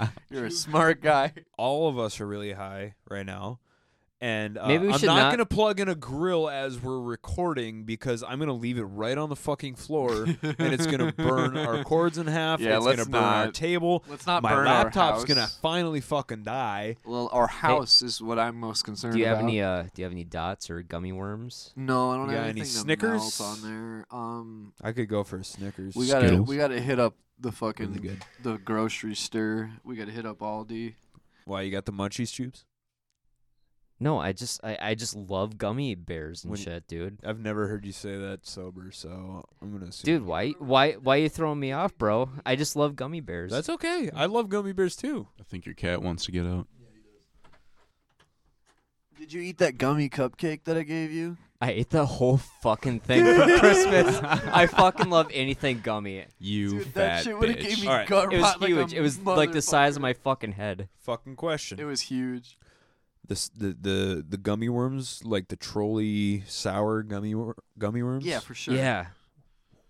it.
You're a smart guy.
all of us are really high right now. And uh,
Maybe we
I'm
should
not,
not-
going to plug in a grill as we're recording because I'm going to leave it right on the fucking floor and it's going to burn our cords in half.
Yeah,
it's going to
let's
burn our
not-
table.
Let's not
My
burn our
laptop's going to
house.
finally fucking die.
Well, our house is what I'm most concerned
do you have
about.
any? Uh, do you have any dots or gummy worms?
No, I don't
You got
have
any
anything to
Snickers?
melt on there. Um,
I could go for a Snickers.
we gotta
Skittles?
we gotta hit up the fucking
Really good.
the grocery store. We gotta hit up Aldi.
Why you got the munchies tubes?
No, I just, I, I just love gummy bears and
When-
shit, dude.
I've never heard you say that sober, so I'm going to assume.
Dude, why, why, why you throwing me off, bro? I just love gummy bears.
That's okay. I love gummy bears too.
I think your cat wants to get out.
Did you eat that gummy cupcake that I gave you?
I ate the whole fucking thing for Christmas. I fucking love anything gummy.
You
Dude, that
fat
shit
bitch.
would've gave me
Alright.
gut
It was
rot like a
huge. it was like the size of
motherfucker.
my fucking head.
Fucking question.
It was huge.
the s- the the, the gummy worms, like the trolley sour gummy wor- gummy worms.
Yeah, for sure.
Yeah.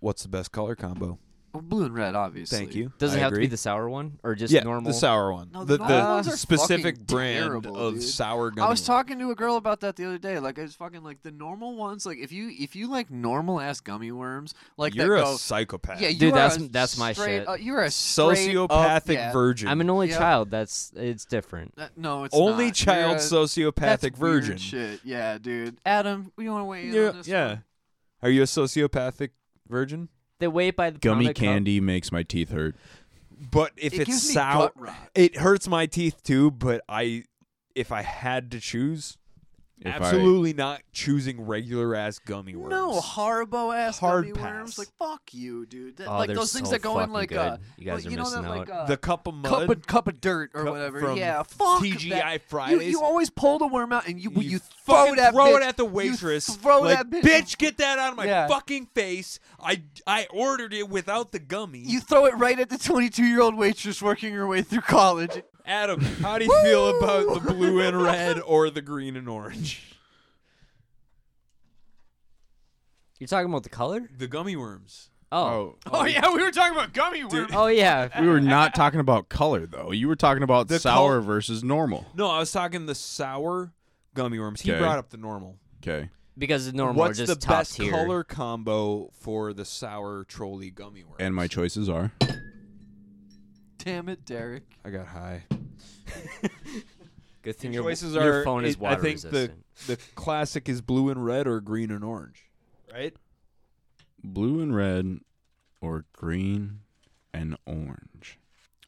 What's the best color combo?
Well, blue and red, obviously.
Thank you.
Does it
I
have to
agree.
be the sour one or just
yeah,
normal?
the sour one.
No,
the
the
the
normal ones are
specific
fucking
brand
terrible,
of
dude.
sour gummy.
I was
worm.
talking to a girl about that the other day. Like, I was fucking like the normal ones. Like, if you if you like normal ass gummy worms, like
You're
that
a
go,
psychopath.
yeah, you
Dude,
are
that's-
a
that's my
straight
shit.
up- you're a straight up-
sociopathic
yeah.
virgin.
I'm an only
Yeah.
child. That's it's different.
That- no, it's
only
not. You're
child
a- that's
sociopathic
weird
virgin.
Shit, yeah, dude. Adam, we want to weigh in
You're-
on this.
yeah.
one?
Are you a sociopathic virgin?
They weigh by the pound
Gummy
of cup.
candy makes my teeth hurt.
But if
It
it's
gives me
sour,
gut rot.
it hurts my teeth too. But I, if I had to choose,
If
absolutely not choosing regular ass gummy worms.
No, Haribo ass
Hard
gummy worms.
pass.
Like fuck you, dude. That-
Oh,
like
they're
those things
so
that go in
fucking
like
good.
uh,
You guys
like,
are
you know
missing
that,
out.
Like, uh,
the cup of mud.
cup of, cup of dirt or
Cup
whatever.
from
yeah, fuck
TGI
that. You- You,
Fridays.
always pull the worm out and you you,
you
throw
fucking
that
throw
bitch.
it at the
You
waitress.
throw
like,
that bitch.
get that out of my
Yeah.
fucking face. I I ordered it without the gummy.
You throw it right at the 22 year old waitress working her way through college.
Adam, how do you feel about the blue and red or the green and orange?
You're talking about the color?
The gummy worms.
Oh.
Oh.
Oh yeah, we were talking about gummy worms.
Oh, yeah.
We were not talking about color though. You were talking about
The
sour
col-
versus normal.
No, I was talking the sour gummy worms. He
Okay.
brought up the normal.
Okay.
Because it's normal.
What's
just
the
top
best
tier.
color combo for the sour trolley gummy worm?
And my choices are
Damn it, Derek.
I got high.
Good thing
Your
your,
choices
your
are
phone is
it-
water
I think
resistant.
the the classic is blue and red or green and orange, right?
blue and red or green and orange.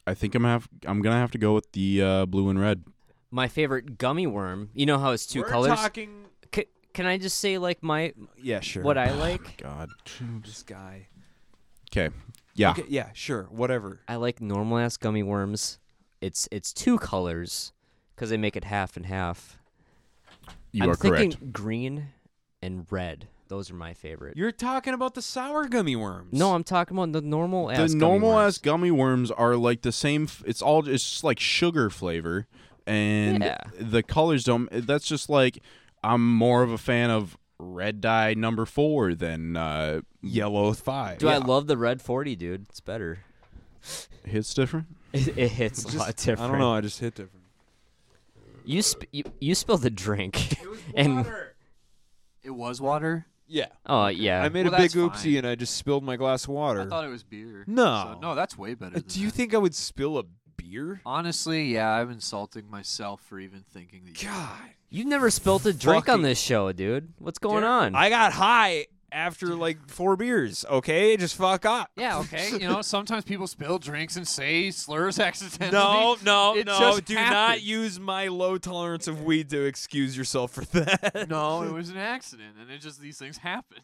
I think I'm have I'm gonna have to go with the uh, blue and red.
My favorite gummy worm. You know how it's 2
We're
colors.
talking
C- can I just say like my
Yeah, sure.
what I like?
God.
this guy.
Okay. Yeah.
Okay, yeah, sure, whatever.
I like normal ass gummy worms. It's it's two colors because they make it half and half.
You
I'm
are
thinking
correct.
green and red. Those are my favorite.
You're talking about the sour gummy worms.
no, I'm talking about the normal ass.
the
gummy
normal
worms.
ass gummy worms are like the same. F- it's all it's just like sugar flavor, and
Yeah.
the colors don't. That's just like I'm more of a fan of red dye number four than uh,
yellow thigh.
Dude, I love the red forty, dude. It's better.
hits different.
It, it hits
Just-
a lot different.
I don't know. I just hit different.
You sp- you, you spilled the drink. and
It was water.
Yeah.
oh yeah,
I made
Well,
a big
that's
oopsie
fine.
and I just spilled my glass of water.
I thought it was beer.
No.
So- no, that's way better.
Uh,
than
Do you
that.
think I would spill a beer?
Honestly, yeah, I'm insulting myself for even thinking that. you-
God.
you've never spilled a drink on
Fucking-
this show, dude. What's going on?
I got high after like four beers. Okay, just fuck up.
Yeah, okay. You know, sometimes people spill drinks and say slurs accidentally.
No, no,
It
no.
just
do not
happened.
use my low tolerance of weed to excuse yourself for that.
No, it was an accident, and it just these things happen.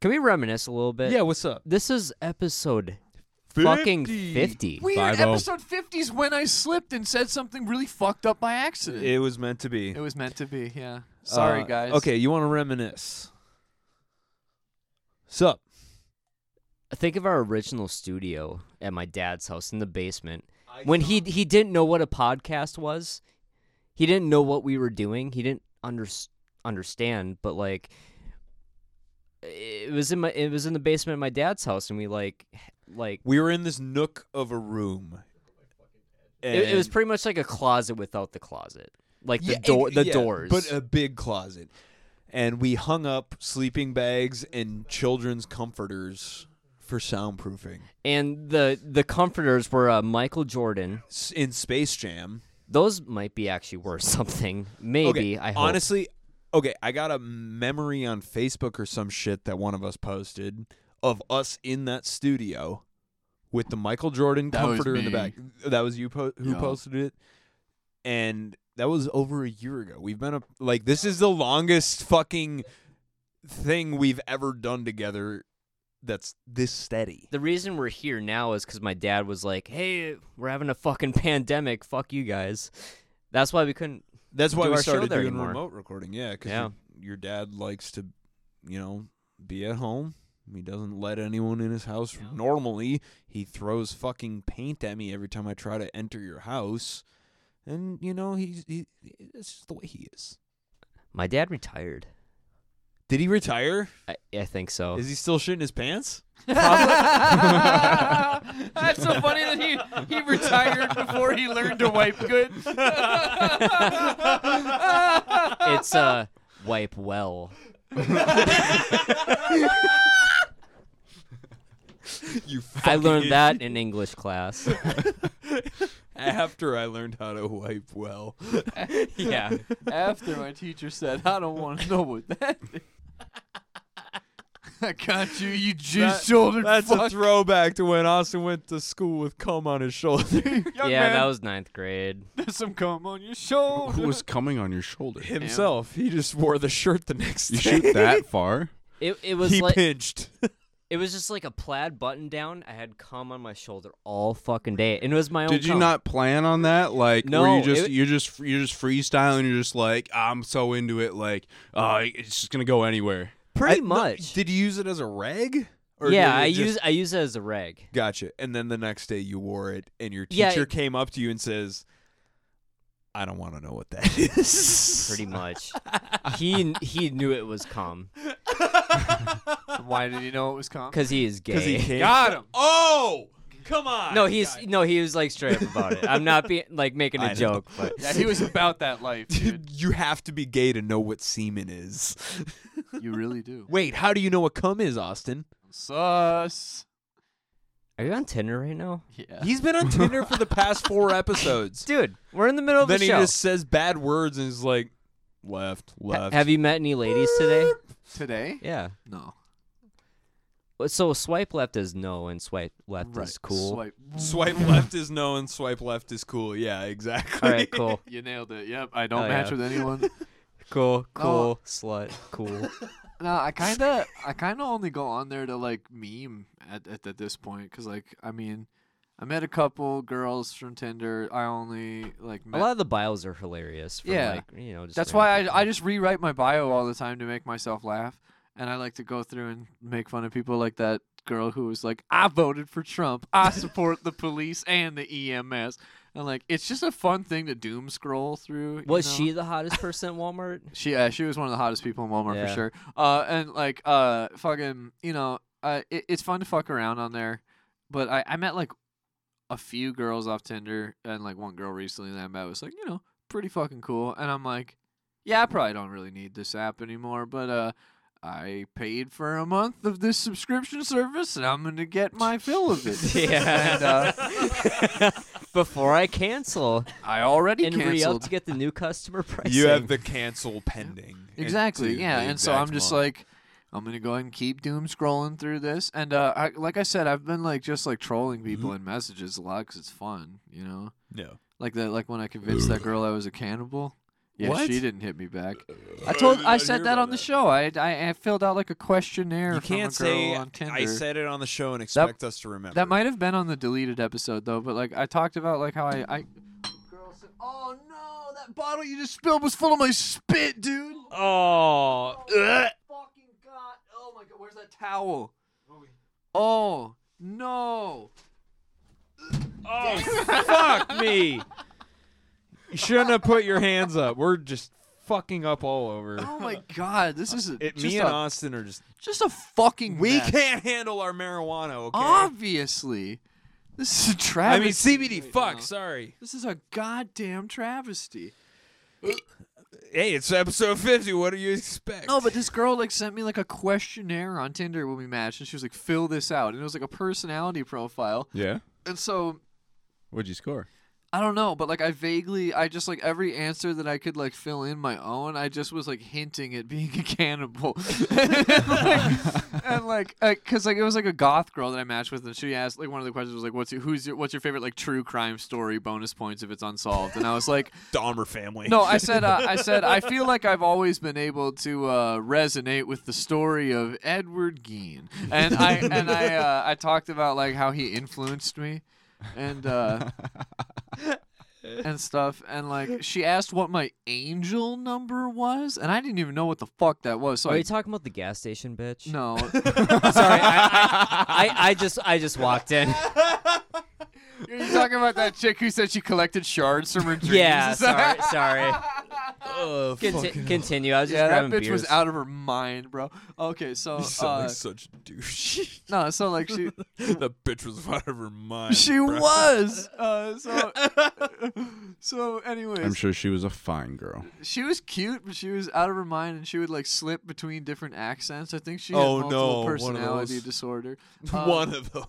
Can we reminisce a little bit?
Yeah, what's up?
This is episode fucking fifty.
Weird.
oh.
5-0.
Episode 50 is when I slipped and said something really fucked up by accident. It,
It was meant to be.
was meant to be. Yeah. Sorry,
Uh,
guys.
Okay, you want to reminisce? Sup?
Think of our original studio at my dad's house in the basement. when he he didn't know what a podcast was, he didn't know what we were doing. He didn't under, understand, but like it was in my it was in the basement of my dad's house, and we like h- like
We were in this nook of a room.
it, it was
and-
pretty much like a closet without the closet, like the
Yeah,
door
it-
the
yeah,
doors.
but uh a big closet. And we hung up sleeping bags and children's comforters for soundproofing
and the the comforters were uh, Michael Jordan.
S- in Space Jam.
Those might be actually worth something. Maybe
okay,
I hope.
honestly, okay, I got a memory on Facebook or some shit that one of us posted of us in that studio with the Michael Jordan
That was
comforter in the
me.
back. That was you po- who
Yeah.
posted it, and that was over a year ago. We've been a, like this is the longest fucking thing we've ever done together. That's this steady.
the reason we're here now is because my dad was like, "Hey, we're having a fucking pandemic. Fuck you guys." That's why we couldn't.
That's why
do
we
our show
started
there
doing
anymore.
remote recording. Yeah, because
Yeah.
your, your dad likes to, you know, be at home. He doesn't let anyone in his house normally. He throws fucking paint at me every time I try to enter your house, and you know he's he. It's just the way he is.
My dad retired.
Did he retire?
I, I think so.
Is he still shitting his pants?
That's so funny that he, he retired before he learned to wipe good.
it's uh, wipe well.
You.
I
fucking
learned that in English class.
after I learned how to wipe well.
yeah.
After my teacher said, I don't want to know what that is. I got you, you
That-
juice shouldered
That's a
fuck.
throwback to when Austin went to school with cum on his shoulder
Young
yeah,
man,
that was ninth grade.
there's some cum on your
Who
shoulder.
was coming on your shoulder?
himself. He just wore the shirt the next
You
day.
shoot that far?
It it was
he
like
pinched.
it was just like a plaid button down. I had cum on my shoulder all fucking day, and it was my own.
Did you
cum.
not plan on that? Like, were
No,
you just
it-
you're just you're just freestyling? You're just like, I'm so into it. Like, uh, it's just gonna go anywhere.
Pretty
I- no,
much.
did you use it as a rag?
yeah,
did it
I
just-
use I use it as a rag.
Gotcha. And then the next day you wore it, and your
Yeah,
teacher
it-
came up to you and says, "I don't want to know what that is."
pretty much. he he knew it was cum
Why did he know it was cum?
because he is gay.
Because he came.
Got him.
Oh, come on.
no, he's no, he was like straight up about it. I'm not being like making
I
a
know.
joke, but
Yeah, he was about that life, dude.
You have to be gay to know what semen is.
you really do.
Wait, how do you know what cum is, Austin?
Sus.
are you on Tinder right now,
Yeah.
He's been on Tinder for the past four episodes.
dude? We're in the middle of
then
the
he
show.
just says bad words and is like, left,
Ha-
left.
have you met any ladies today?
Today?
Yeah.
No.
Well, So swipe left is no, and swipe left is cool.
Swipe.
Swipe left is no and swipe left is cool. Yeah, exactly.
All right, cool,
You nailed it. Yep. I don't
Oh,
match
yeah.
with anyone.
cool,
Oh.
cool, slut, cool.
no, I kind of, I kind of only go on there to like meme at at, at this point, because like, I mean, I met a couple girls from Tinder. I only like
A
met.
lot of the bios are hilarious. From
Yeah.
like, you know. Just
That's why
random
I I just rewrite my bio all the time to make myself laugh, and I like to go through and make fun of people like that girl who was like, "I voted for Trump. I support the police and the EMS." And like, it's just a fun thing to doom scroll through. you
people. Was
know?
she the hottest person at Walmart?
She uh, she was one of the hottest people in Walmart for
Yeah.
sure. Uh, and like uh, fucking, you know, uh, it, it's fun to fuck around on there. But I, I met like a few girls off Tinder and like one girl recently that I met was like, you know, pretty fucking cool. And I'm like, yeah, I probably don't really need this app anymore, but uh I paid for a month of this subscription service and I'm gonna get my fill of it.
Yeah.
And, uh,
Before I cancel
I already
and re up
canceled.
to get the new customer price.
You have the cancel pending. in-
Exactly.
to
yeah.
the
And so
exact
I'm just
month.
like, I'm gonna go ahead and keep doom scrolling through this. And uh, I, like I said, I've been like just like
Mm-hmm.
trolling people in messages a lot because it's fun, you know.
no.
Like that. Like when I convinced that girl I was a cannibal. Yeah,
What?
she didn't hit me back. I told, I, said that on the show. I, I, I filled out like a questionnaire.
You
from a
can't
girl
say
on Tinder.
I said it on the show and expect us to remember.
That might have been on the deleted episode though, but like I talked about like how I, I girl said, "Oh no, that bottle you just spilled was full of my spit, dude."
Oh, ugh.
Fucking god. Oh my god, where's that towel? Oh, no.
fuck me. You shouldn't have put your hands up. We're just fucking up all over.
Oh my god, this is a,
It,
just,
me and
a,
Austin are just.
just a fucking
We
mess.
can't handle our marijuana. Okay.
Oh, Obviously. This is a
I
travesty.
mean CBD.
right
Fuck.
now.
Sorry.
This is a goddamn travesty.
Hey, it's episode fifty. What do you expect?
No, but this girl like sent me like a questionnaire on Tinder when we matched, and she was like, "Fill this out," and it was like a personality profile.
Yeah.
And so
What'd you score?
I don't know, but like I vaguely, I just like every answer that I could like fill in my own, I just was like hinting at being a cannibal, and like, because like it was like a goth girl that I matched with, and she asked like one of the questions was like, "What's your who's your what's your favorite like true crime story?" Bonus points if it's unsolved, and I was like,
Dahmer family.
no, I said, uh, I said, I feel like I've always been able to uh, resonate with the story of Edward Gein, and I and I uh, I talked about like how he influenced me, and uh, and stuff, and like she asked what my angel number was, and I didn't even know what the fuck that was. So
Are
I
you talking about the gas station, bitch?
no,
Sorry, I, I, I, I just I just walked in.
you're talking about that chick who said she collected shards from her dreams.
yeah,
Is that-
sorry, sorry.
Oh,
Conti-
fucking hell.
continue. I was just
Yeah, that
grabbing
bitch
beers.
was out of her mind, bro. Okay, so
You sound
uh,
like such a douche.
no, so like she
that bitch was out of her mind.
She
bro.
was. Uh, so, so, anyways,
I'm sure she was a fine girl.
she was cute, but she was out of her mind, and she would like slip between different accents. I think she
Oh,
had multiple
no, one of
personality
those.
disorder.
one of those.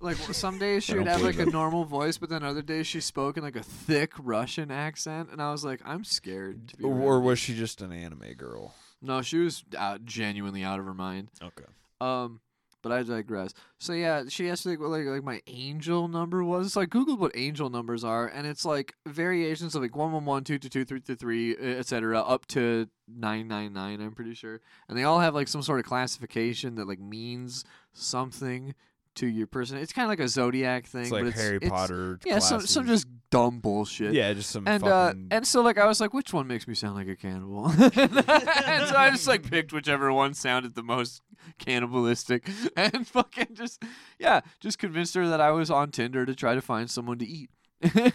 Like some days she
I
would
don't
have like
believe
a
it.
normal voice, but then other days she spoke in like a thick Russian accent, and I was like, I'm scared. To be around
Or
you.
was she just an anime girl?
no, she was out, genuinely out of her mind.
Okay.
Um, but I digress. So yeah, she asked me like, what like like my angel number was. So I googled what angel numbers are, and it's like variations of like one one one two two two three three three etc. up to nine nine nine. I'm pretty sure, and they all have like some sort of classification that like means something to your person. It's kind of like a zodiac thing,
It's
but
like
it's,
Harry
it's-
Potter.
Yeah, some some
classes.
just dumb bullshit
Yeah, just some
and uh,
fucking.
and so like I was like, which one makes me sound like a cannibal? and so I just like picked whichever one sounded the most cannibalistic, and fucking just yeah, just convinced her that I was on Tinder to try to find someone to eat.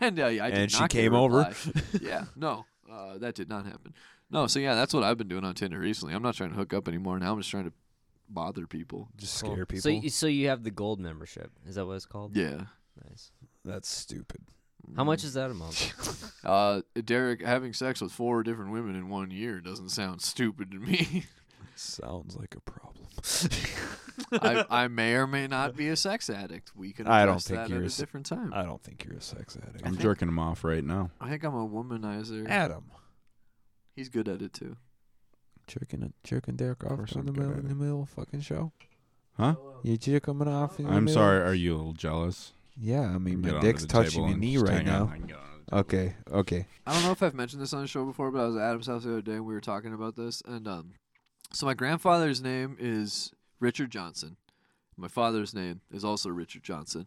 and uh, yeah, I did
And she
not get a
came over?
reply. yeah, no, uh, that did not happen. No, so yeah, that's what I've been doing on Tinder recently. I'm not trying to hook up anymore now. I'm just trying to bother people.
just
Cool.
scare people.
So you, so you have the gold membership. Is that what it's called?
Yeah.
Nice.
That's stupid.
How much is that a month?
Uh, Derek having sex with four different women in one year doesn't sound stupid to me.
Sounds like a problem.
I, I may or may not be a sex addict. We can.
I don't
address
think
that
you're a
at a
s-
different time.
I don't think you're a sex addict.
I'm
think-
jerking him off right now.
I think I'm a womanizer.
Adam.
He's good at it too.
Jerking, jerking Derek
off
off
course in
in
I'm
the
the
middle
good middle- at in
in
it.
the middle fucking show.
Huh?
You jerking off in the
I'm sorry. Are you a little jealous?
Yeah, I mean
Get
my
onto
dick's
the
touching
table
your
and
knee
just
right
hang on.
now.
I can get onto the table.
Okay, okay.
I don't know if I've mentioned this on the show before, but I was at Adam's house the other day and we were talking about this. And um, so my grandfather's name is Richard Johnson. My father's name is also Richard Johnson.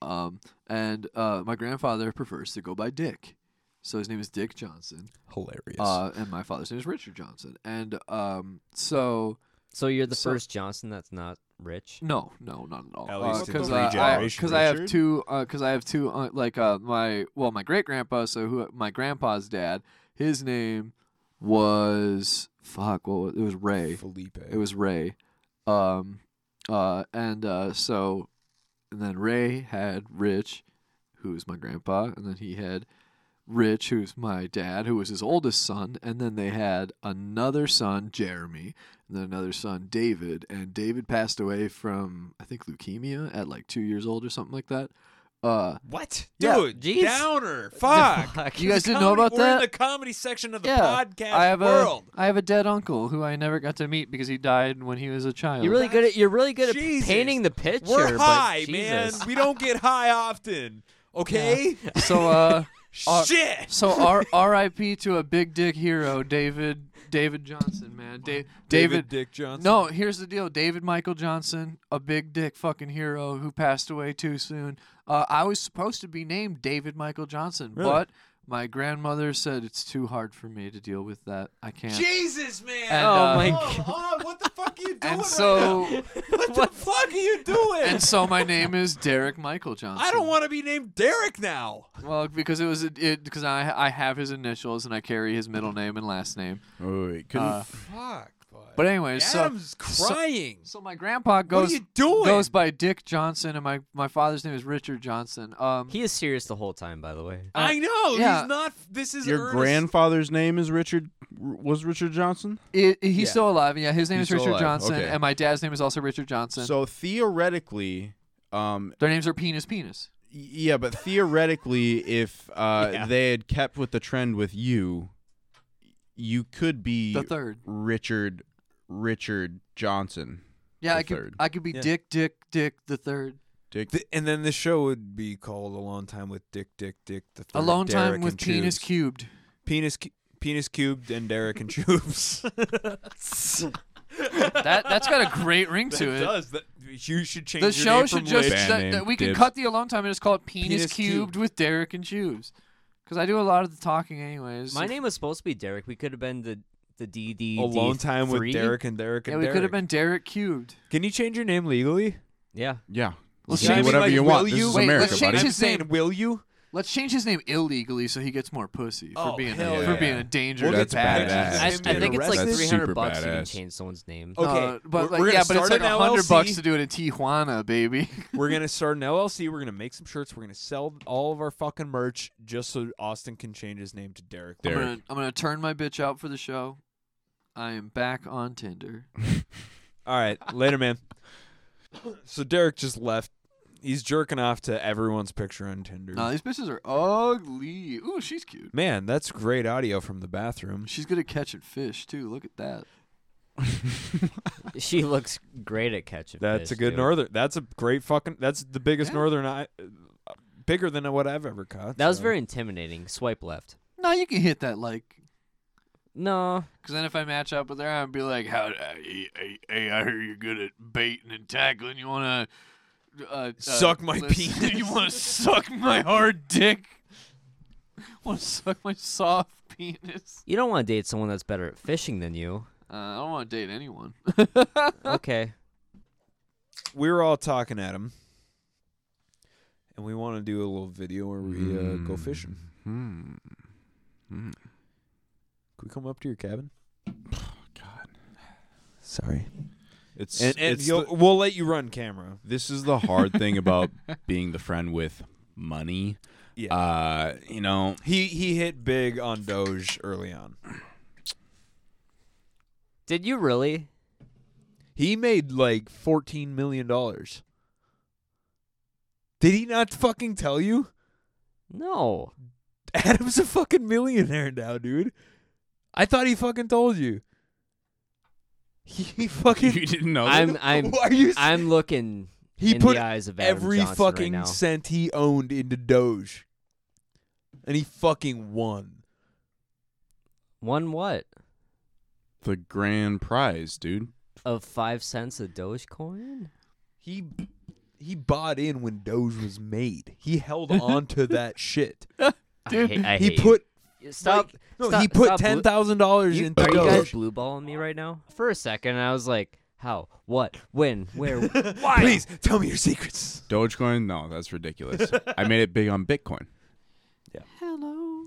Um, and uh, my grandfather prefers to go by Dick. So his name is Dick Johnson.
Hilarious.
Uh, and my father's name is Richard Johnson. And um, so
So you're the
So-
first Johnson that's not rich.
No, no, not at all. Uh,
At least
in
because
three
generations.
I, have
Richard?
two. Because I have two. Uh, like uh, my well, my great grandpa. So who? My grandpa's dad. His name was fuck. What was, it was Ray.
Felipe.
It was Ray. Um. Uh. And uh. So and then Ray had Rich, who's my grandpa, and then he had Rich, who's my dad, who was his oldest son, and then they had another son, Jeremy, and then another son, David, and David passed away from I think leukemia at like two years old or something like that. Uh,
What?
Yeah.
Dude,
Jeez.
downer. Fuck.
you guys didn't know
Comedy-
about
We're
that?
in the comedy section of the
Yeah,
podcast
I have
world.
a I have a dead uncle who I never got to meet because he died when he was a child.
You're really good at you're really good at
Jesus.
painting the picture.
We're
but
high, man.
Jesus.
We don't get high often. Okay?
so uh Uh,
Shit.
so R R.I.P. to a big dick hero, David David Johnson, man. Da- David.
Dick Johnson.
No, here's the deal. David Michael Johnson, a big dick fucking hero who passed away too soon. Uh, I was supposed to be named David Michael Johnson,
Really?
but my grandmother said it's too hard for me to deal with that. I can't.
Jesus, man.
And,
Oh
uh,
my
Hold
god.
on, hold on. What the fuck are you doing?
and
right
so
now? what the fuck are you doing?
and so my name is Derek Michael Johnson.
I don't want to be named Derek now.
Well, because it was it because I I have his initials and I carry his middle name and last name.
Oh, wait, couldn't-
Uh,
Fuck. bud.
But anyways, so
Adam's crying.
so my grandpa goes
you doing?
goes uh, by Dick Johnson and my my father's name is Richard Johnson. Um
He is serious the whole time, by the way.
I know.
yeah.
He's not. This is
your
earnest.
grandfather's name is Richard. Was Richard Johnson?
i- he's
Yeah.
still alive. Yeah, his name
He's
is
still
Richard
alive,
Johnson
okay.
and my dad's name is also Richard Johnson.
So theoretically, um,
Their names are penis penis.
y- yeah, but theoretically, if uh,
Yeah.
they had kept with the trend with you, you could be
The third.
Richard Richard Johnson.
Yeah,
the
I could
third.
I could be
Yeah.
Dick Dick Dick the third.
Dick.
Th- and then the show would be called "A Long Time with Dick, Dick, Dick." The
A
Third,
long
Derek
time with
and
penis
Choobs.
cubed.
penis, cu- penis cubed, and Derek and Choobs.
That that's got a great ring to it.
does. That, you should change
The
your
show
name
should
from
just
Lib-
Band
that, that
name,
we could
dibs.
cut the alone time and just call it penis,
Penis
cubed,
cubed.
with Derek and Shoes. Because I do a lot of the talking anyways.
My name was supposed to be Derek. We could have been the the DD.
A long time with Derek and Derek and
Yeah, we
Derek.
could have been Derek cubed.
Can you change your name legally?
Yeah.
Yeah.
Well,
you
see,
can
I
do
mean,
whatever
like,
you
will
want.
you-
this is
wait,
America,
let's change
buddy.
I'm
his
saying,
name.
will you?
Let's change his name illegally so he gets more pussy for
Oh,
being
hell
a,
yeah.
for being a danger
We'll
to
get
That's
some pictures of
the pack.
badass.
I, I
him being
think it's like
arrested.
That's
three
super
hundred bucks you can
badass.
change someone's name.
Okay,
Uh,
we're-
but
we're
like,
gonna
yeah, but it's
start
like
an
a hundred bucks
LLC.
to do it in Tijuana, baby.
We're gonna start an LLC. We're gonna make some shirts. We're gonna sell all of our fucking merch just so Austin can change his name to Derek.
I'm
Derek.
gonna, I'm gonna turn my bitch out for the show. I am back on Tinder.
All right, later, man. So Derek just left. He's jerking off to everyone's picture on Tinder.
No, these bitches are ugly. Ooh, she's cute.
Man, that's great audio from the bathroom.
She's good at catching fish too. Look at that.
She looks great at catching.
That's a
fish,
good
dude.
northern. That's a great fucking. That's the biggest
Yeah.
northern. I, uh, bigger than what I've ever caught.
That was
so.
very intimidating. Swipe left.
No, you can hit that like
No,
Because then if I match up with her, I'd be like, "How? Hey, hey, hey, I hear you're good at baiting and tackling. You wanna uh, uh,
Suck my penis.
you wanna suck my hard dick? Wanna suck my soft penis?
you don't want to date someone that's better at fishing than you.
Uh, I don't want to date anyone.
Okay.
We were all talking at him, and we want to do a little video where we uh,
Mm.
go fishing.
Hmm. Hmm.
Can we come up to your cabin?
God.
Sorry.
It's
And, and
it's
you'll,
the-
we'll let you run camera.
this is the hard thing about being the friend with money.
Yeah.
Uh, you know,
he he hit big on Doge early on.
Did you really?
He made like fourteen million dollars. Did he not fucking tell you?
No.
Adam's a fucking millionaire now, dude. I thought he fucking told you. He fucking.
you didn't know.
I'm
that?
I'm
Are you?
I'm looking
he
in
put
the eyes of Adam
every
Johnson
fucking
right now.
cent he owned into Doge, and he fucking won.
One what
the grand prize, dude.
of five cents a Dogecoin?
He he bought in when Doge was made. He held on to that shit.
Dude,
I hate, I
he
hate you.
put
stop.
like- no,
stop-
he put
stop blue-
ten thousand dollars
You-
into
Are you
Doge.
guys blue balling me right now? For a second, I was like, how, what, when, where, why?
Please tell me your secrets.
Dogecoin? No, that's ridiculous. I made it big on Bitcoin.
Hello,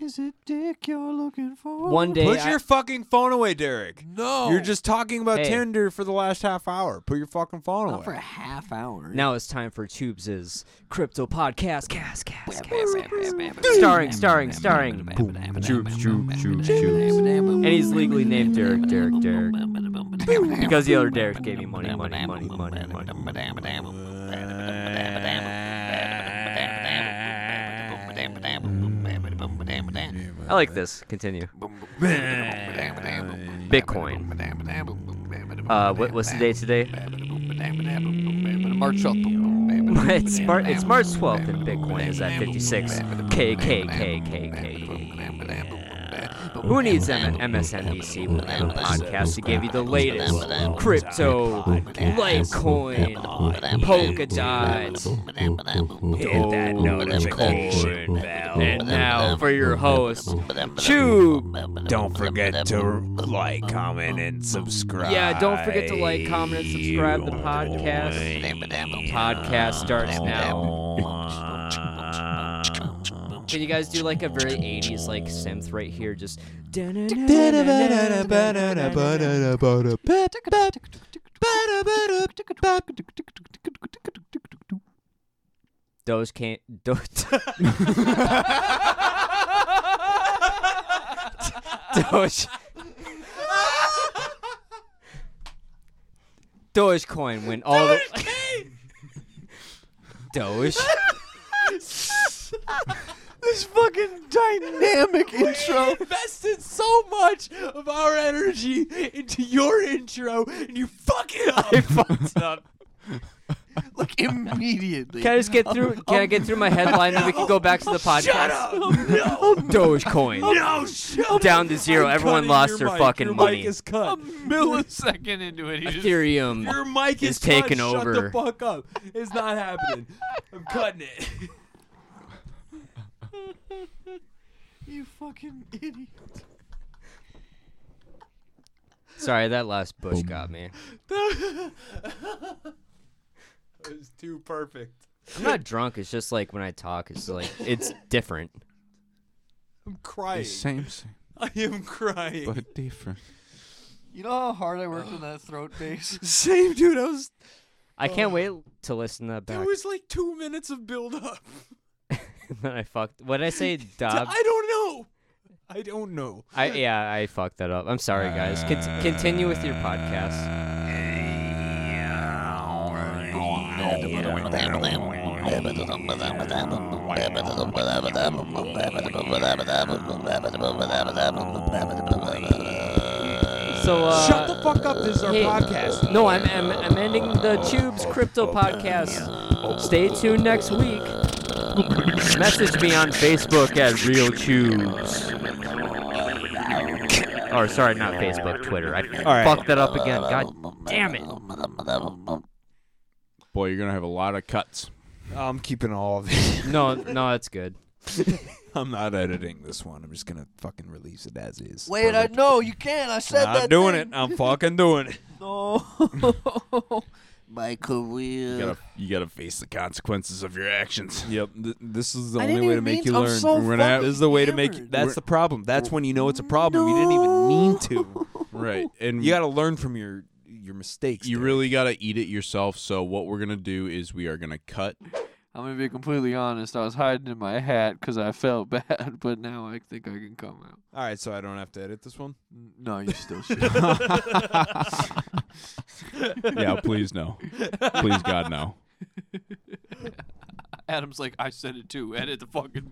Is it dick you're looking for?
One day,
Put
I-
your fucking phone away, Derek.
No.
You're just talking about
Hey. Oh,
Tinder for the last half hour. Put your fucking phone
not
away.
for a half hour.
now it's time for Tubes' crypto podcast, cast, cast, cast, cast. starring, starring, starring,
Choo, choo, choo, choo.
and he's legally named Derek, Derek, Derek, because the other Derek gave me money, money, money, money, money. I like this. Continue. Bitcoin. Uh, what, what's the day today?
March up.
it's March. It's March 12th, and Bitcoin is at 56 k k k k k. Who needs M- MSNBC when we have a podcast to give you the latest crypto, Litecoin, Polkadot, hit that notification bell. And now for your host, Chew.
Don't forget to like, comment, and subscribe.
Yeah, don't forget to like, comment, and subscribe to the podcast. Podcast starts now. Can you guys do like a very 80s like synth right here? Just. Doge can't. Do- Doge. Dogecoin went all the. Doge.
This fucking dynamic intro.
invested so much of our energy into your intro, and you fuck it up.
Like immediately.
Can I just get through? Can I get through my headline and we can go back to the podcast? Shut up! No. Dogecoin. No. Down to zero. Everyone lost their fucking
your
money.
Mic is cut.
millisecond into it. He just,
Ethereum.
your mic
is
is,
taking
cut. Shut
over.
the fuck up. It's not happening. I'm cutting it.
you fucking idiot.
Sorry, that last bush got me.
It was too perfect.
I'm not drunk. It's just like when I talk, it's like it's different.
I'm crying.
Same, same,
I am crying.
but different.
You know how hard I worked on that throat bass?
Same dude. I was.
I can't wait to listen to that
There
back.
was like two minutes of build up.
then I fucked. What did I say? Dob.
I don't know. I don't know.
I yeah, I fucked that up. I'm sorry, guys. Con- continue with your podcast. So uh,
Shut the fuck up. This is our
hey,
podcast.
No, I'm, I'm I'm ending the Tubes Crypto Podcast. Stay tuned next week. Message me on Facebook at Real Tubes. Or sorry, not Facebook, Twitter. I
right.
fucked that up again. God damn it.
Boy, you're gonna have a lot of cuts.
I'm keeping all of it.
No, no, that's good.
I'm not editing this one. I'm just gonna fucking release it as is.
Wait, I no, you can't. I said
I'm
that.
doing it.
thing.
I'm fucking doing it.
No. My career.
You gotta, you gotta face the consequences of your actions.
Yep. Th- this is the
I
only
didn't
way to
even
make
mean-
you
I'm
learn.
so
We're gonna have-
fucking
this is the way to make.
hammered.
That's the problem. That's when you know it's a problem. You didn't even mean to.
Right, and
You gotta learn from your your mistakes.
you
dude.
really gotta eat it yourself. So what we're gonna do is we are gonna cut.
I'm gonna be completely honest. I was hiding in my hat because I felt bad, but now I think I can come out.
All right, so I don't have to edit this one.
N- No, you still should.
Yeah, please no, please God no.
Adam's like, I said it too. Edit the fucking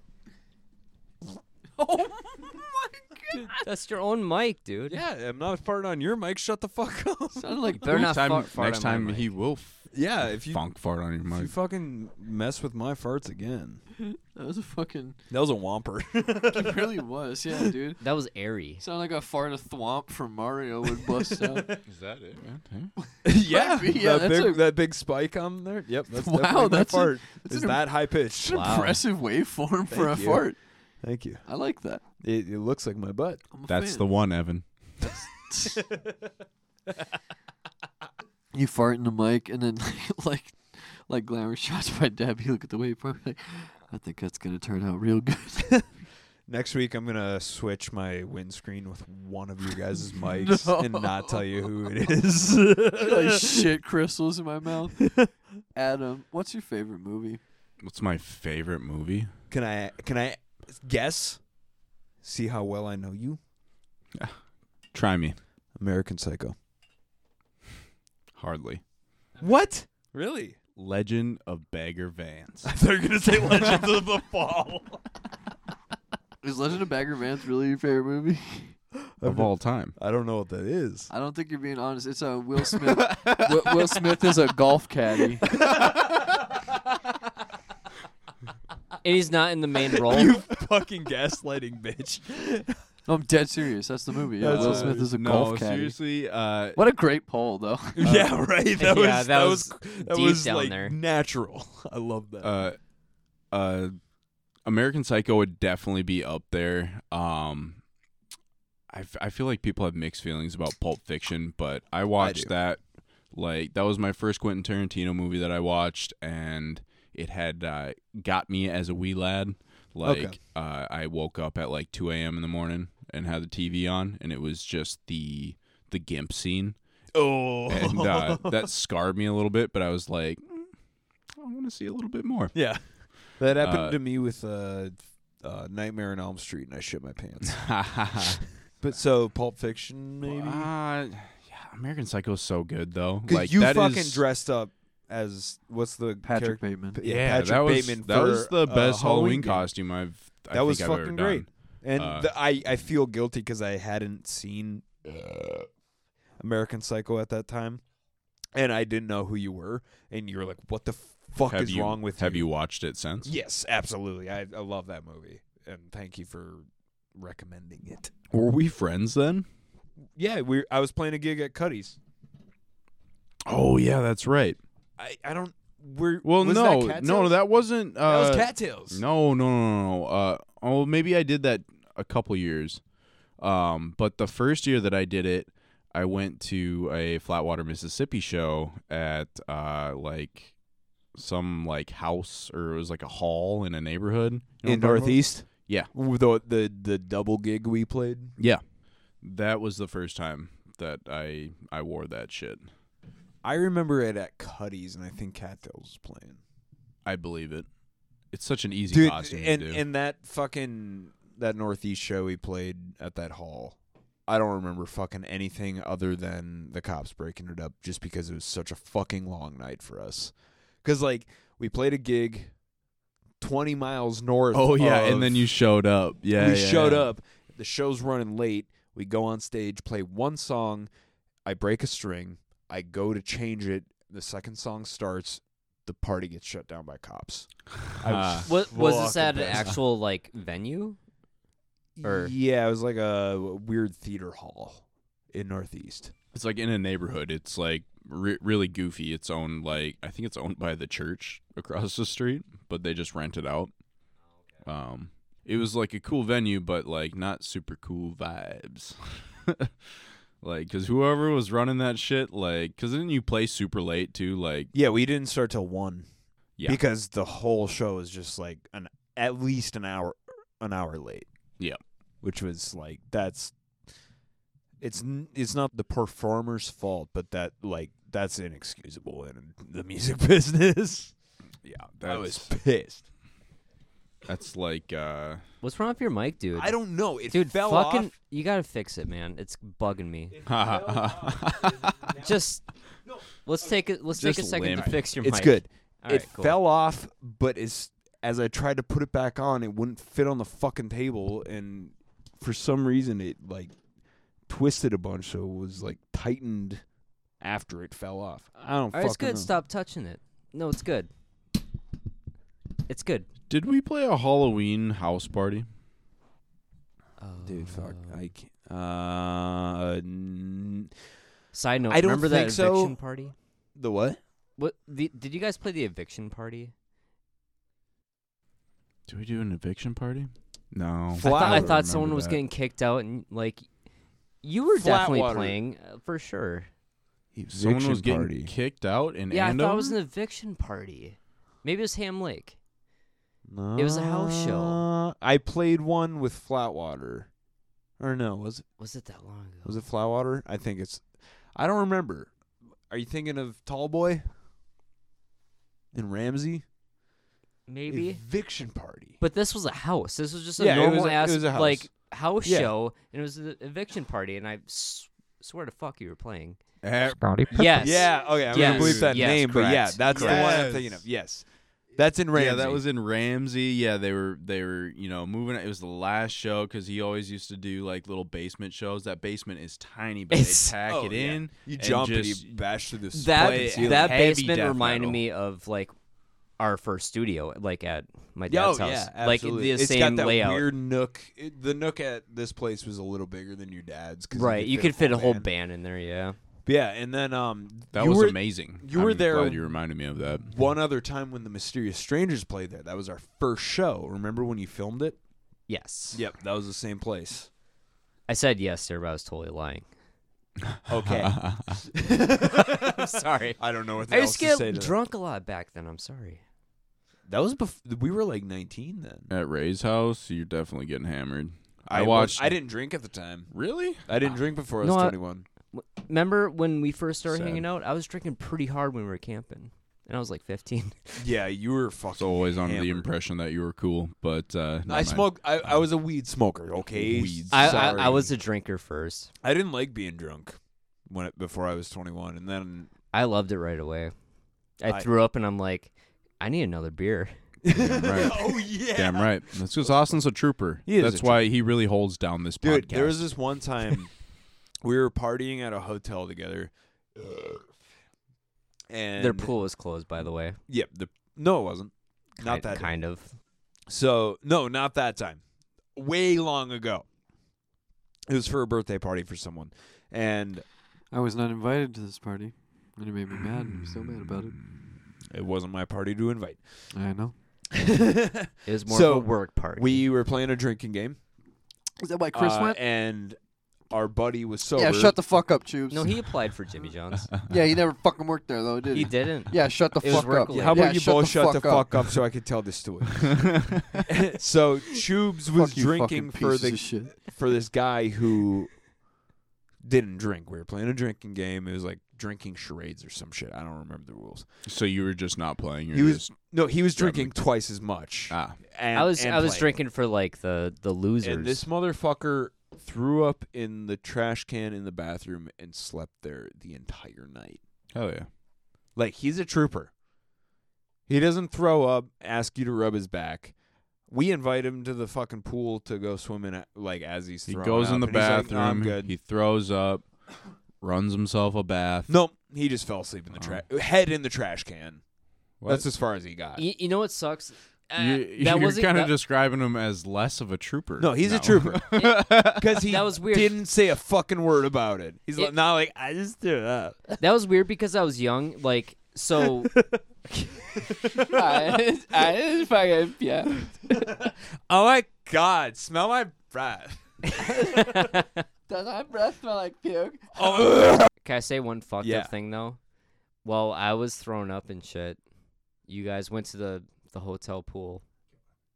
podcast. oh my god!
That's your own mic, dude.
Yeah, I'm not farting on your mic. Shut the fuck up.
Sounded like
Better not
next time,
fart- fart
next
on my
time
mic.
he will f-
Yeah, if you
funk fart on your
if you
mic.
fucking mess with my farts again,
that was a fucking.
that was a whomper.
It really was, yeah, dude.
That was airy.
Sound like a fart a thwomp from Mario would bust out.
Is that it, man?
yeah,
Might be, yeah,
that
that's
big
a-
that big spike on there. Yep, that's
Wow,
definitely my
that's a-
fart.
that's
Is
an-
that high pitched?
It's an impressive waveform for a
Thank you.
fart.
Thank you.
I like that.
It, it looks like my butt.
I'm a
That's the
fan.
one, Evan.
you fart in the mic and then like like glamour shots by Deb. You look at the waveform. Like, I think that's gonna turn out real good.
Next week, I'm gonna switch my windscreen with one of you guys' mics and not tell you who it is.
like shit crystals in my mouth. Adam, what's your favorite movie?
What's my favorite movie?
Can I? Can I guess? See how well I know you.
Try me.
American Psycho.
Hardly.
What? Really?
Legend of Bagger Vance.
They're gonna say Legends of the Fall.
Is Legend of Bagger Vance really your favorite movie?
of all time.
I don't know what that is.
I don't think you're being honest. It's a Will Smith. Will, Will Smith is a golf caddy.
And he's not in the main role.
You fucking gaslighting bitch.
No, I'm dead serious. That's the movie. Yeah,
That's
Will
what it
Smith
is.
is a
no,
golf caddy.
seriously. Uh,
What a great poll, though.
yeah, right. That
yeah,
was
that
that was
was
that
deep
was
down
like
there.
natural. I love that.
uh, uh, American Psycho would definitely be up there. Um, I, f- I feel like people have mixed feelings about Pulp Fiction, but I watched
do.
that. Like that was my first Quentin Tarantino movie that I watched, and it had uh, got me as a wee lad. Like
Okay.
uh, I woke up at like 2 a.m. in the morning and had the TV on, and it was just the the gimp scene
oh,
and uh, that scarred me a little bit. But I was like, "Mm, I want to see a little bit more.
yeah, that happened
uh,
to me with uh, uh, Nightmare on Elm Street, and I shit my pants. but so Pulp Fiction, maybe because
Uh, yeah, American Psycho is so good though. Like
you
that
fucking
is-
dressed up as what's the
Patrick
character?
Bateman.
P-
Yeah,
Patrick
that was
Bateman.
that
for,
was the
uh,
best Halloween
game.
costume I've. I
That was
think I've ever
fucking
done.
great. And
Uh,
the, I, I feel guilty because I hadn't seen uh, American Psycho at that time, and I didn't know who you were, and you were like, "What the fuck
Have
is
you
wrong with
have
you?"
you watched it since?
Yes, absolutely. I, I love that movie, and thank you for recommending it.
Were we friends then?
Yeah, we. I was playing a gig at Cuddy's.
Oh yeah, that's right.
I, I don't. We're
Well,
was
no,
that
no,
Cattails?
that wasn't.
that
Uh,
was cattails.
No, no, no, no, no. Uh, oh, maybe I did that a couple years. Um, but the first year that I did it, I went to a Flatwater, Mississippi show at uh like some like house or it was like a hall in a neighborhood You know what I'm
in
talking about?
Northeast.
Yeah.
the the the double gig we played.
Yeah, that was the first time that I I wore that shit.
I remember it at Cuddy's, and I think Cattails was playing.
I believe it. It's such an easy
Dude,
costume
and
to do.
and that fucking that Northeast show we played at that hall. I don't remember fucking anything other than the cops breaking it up, just because it was such a fucking long night for us. Because like we played a gig twenty miles north.
oh yeah,
of-
and then you showed up. Yeah,
we
yeah,
showed
yeah.
up. The show's running late. We go on stage, play one song. I break a string. I go to change it. The second song starts. The party gets shut down by cops. I
Ah.
was
What was this
fucking
at an
pissed.
actual like venue? Or-
yeah, it was like a weird theater hall in Northeast.
It's like in a neighborhood. It's like re- really goofy. It's owned like I think it's owned by the church across the street, but they just rent it out. Um, it was like a cool venue, but like not super cool vibes. like, cause whoever was running that shit, like, cause didn't you play super late too? Like,
Yeah, we didn't start till one.
Yeah.
because the whole show was just like an at least an hour an hour late.
Yeah.
which was like that's it's n- it's not the performer's fault, but that like that's inexcusable in the music business.
yeah,
I was
that's
pissed.
that's like, uh,
What's wrong with your mic, dude?
I don't know. It
Dude,
fell
fucking,
off.
you gotta fix it, man. It's bugging me. Just let's take it. Let's take a
Just
second
limp.
to fix your mic.
It's good.
All
it
right, cool.
fell off, but as as I tried to put it back on, it wouldn't fit on the fucking table, and for some reason, it like twisted a bunch, so it was like tightened after it fell off. I don't.
All right, it's
fucking
good.
know.
Stop touching it. No, it's good. It's good.
did we play a Halloween house party?
dude. Fuck,
Uh,
I can't. Uh, n-
Side note.
I don't
remember that
think so.
eviction party?
the what?
What? The, did you guys play the eviction party?
Did we do an eviction party? No.
Flat-
I thought, I
Flatwater,
thought someone
remember
was
that.
getting kicked out, and like, you were definitely
Flatwater.
playing uh, for sure.
Someone was
Eviction
getting
party.
kicked out in
yeah, I thought it was
Andover?
an eviction party. Maybe it was Ham Lake. It was a house show.
Uh, I played one with Flatwater. Or no, was it
Was it that long ago?
was it Flatwater? I think it's I don't remember. Are you thinking of Tallboy? And Ramsey?
Maybe.
Eviction party.
But this was a house. This was just a
Yeah, it was
normal
a- it
ass
was a house.
like house
Yeah.
show, and it was an eviction party, and I s- swear to fuck you were playing.
Eh,
Yes.
Yeah, okay, I'm
Yes,
gonna bleep that
yes,
name, but yeah,
correct,
that's the one I'm
correct.
thinking of. Yes. That's in Ramsey.
Yeah, that was in Ramsey. Yeah, they were they were you know moving. It was the last show because he always used to do like little basement shows. That basement is tiny, but
It's-
they tack
Oh,
it
yeah.
in.
You
and
jump and,
just-
you bash through the
That
play
ceiling.
that
heavy
basement
death
reminded
metal.
me of like our first studio, like at my
Yo,
dad's
Oh, yeah,
house.
absolutely.
Like the
It's
same
got that
layout.
weird nook. It- the nook at this place was a little bigger than your dad's. 'cause
right. You could fit a whole
band.
band in there, yeah.
But yeah, and then um,
That
you
was
were
amazing.
you were
I'm
there-
Glad you reminded me of that.
One other time when the Mysterious Strangers played there, that was our first show. Remember when you filmed it?
Yes.
Yep, that was the same place.
I said yes there, but I was totally lying.
Okay,
I'm sorry.
I don't know what
I
else
used
to
to
say. To
get
that.
drunk a lot back then. I'm sorry.
That was before we were like nineteen then.
At Ray's house, you're definitely getting hammered. I,
was-
watched.
I didn't drink at the time.
really.
I didn't drink before I was
No, I-
twenty-one.
Remember when we first started
Sad.
hanging out? I was drinking pretty hard when we were camping, and I was like 15.
Yeah, you were fucking.
It's always under the
hammered.
impression that you were cool, but uh,
I smoked. I, I was a weed smoker. Okay,
Weeds.
I, I,
Um, Sorry.
I was a drinker first.
I didn't like being drunk when it, before I was twenty-one, and then
I loved it right away. I,
I-
threw up, and I'm like, I need another beer.
Damn right.
oh yeah,
Damn right. That's because Austin's a trooper.
He is
That's
a
why he really holds down this
Dude,
podcast.
there was this one time we were partying at a hotel together, and
Their pool was closed, by the way.
Yep. The no, it wasn't. Not
Ki-
that.
kind of.
So no, not that time. Way long ago. It was for a birthday party for someone, and
I was not invited to this party, and it made me mad. and I'm so mad about it.
it wasn't my party to invite.
I know.
It was more
So,
of a work party.
we were playing a drinking game.
Is that why
uh, and our buddy was sober.
Yeah, shut the fuck up, Tubes.
no, he applied for Jimmy John's.
yeah, he never fucking worked there though, did he?
he didn't.
Yeah, shut the
It was
fuck up.
work-related.
How about
Yeah,
you
shut
both
the
shut the
fuck up.
fuck up so I could tell this story? so Chubes was
Fuck you
drinking
fucking
for
pieces
the
of shit.
for this guy who didn't drink. We were playing a drinking game. It was like drinking charades or some shit. I don't remember the rules.
so you were just not playing. You
He
were
was-
just,
No, he was
Grabbing-
drinking twice as much.
Uh,
ah.
and-
I was
and
I was
playing.
drinking for like the the losers.
And this motherfucker threw up in the trash can in the bathroom and slept there the entire night.
Hell yeah.
Like he's a trooper. He doesn't throw up, ask you to rub his back. We invite him to the fucking pool to go swimming. At, like as he's
He
throwing
goes
up,
in the
and he's like, "No,
bathroom.
I'm good.
He throws up, runs himself a bath.
Nope, he just fell asleep in the trash. Head in the trash can.
Oh. What?
That's as far as he got.
you, you know what sucks? Uh,
you,
that
are
wasn't
kind of
that-
describing him as less of a trooper.
no, he's a trooper because he
That was weird.
didn't say a fucking word about it. He's
It-
like, not like I just threw up.
That was weird because I was young. Like, so. I, I just fucking, yeah.
Oh my god, smell my breath.
Does my breath smell like puke?
Oh,
Can I say one fucked
Yeah.
up thing, though? While I was thrown up and shit, you guys went to the, the hotel pool.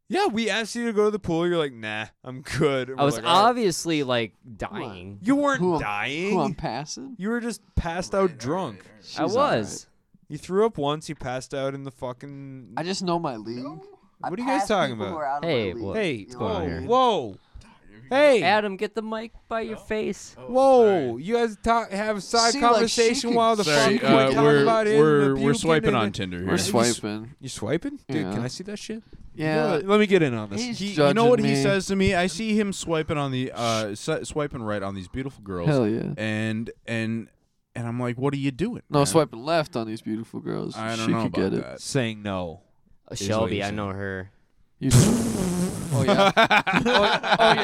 yeah, we asked you to go to the pool. You're like, nah, I'm good. And
I
we're
was
like, "All right."
obviously, like, dying.
You weren't
Who am-
dying.
Who I'm passing?
You were just passed out drunk.
She's
I
all
was.
You threw up once. You passed out in the fucking.
right. I just know my league.
what are you guys talking about?
Hey, what-
Hey,
what's going
whoa,
on here?
whoa, hey,
Adam, get the mic by your face.
Oh.
Uh,
whoa! You guys talk, have a side
See, like,
conversation
she
while
could-
the fucking
Sorry,
Fuck you,
uh,
talking
talking
we're
about it.
we're, we're swiping on Tinder here.
We're swiping.
You swiping, dude?
Yeah.
Can I see that shit?
Yeah.
Let me get in on this.
He's
He, you
judging
know what
me.
he says to me? I see him swiping on the uh, s- swiping right on these beautiful girls,
Hell yeah.
and and and I'm like, what are you doing?
No,
man?
swiping left on these beautiful girls.
I don't
she
know
could
about
get it.
that.
Saying no.
Uh,
what
Shelby,
you're
I
saying.
know her.
You oh yeah. oh, oh,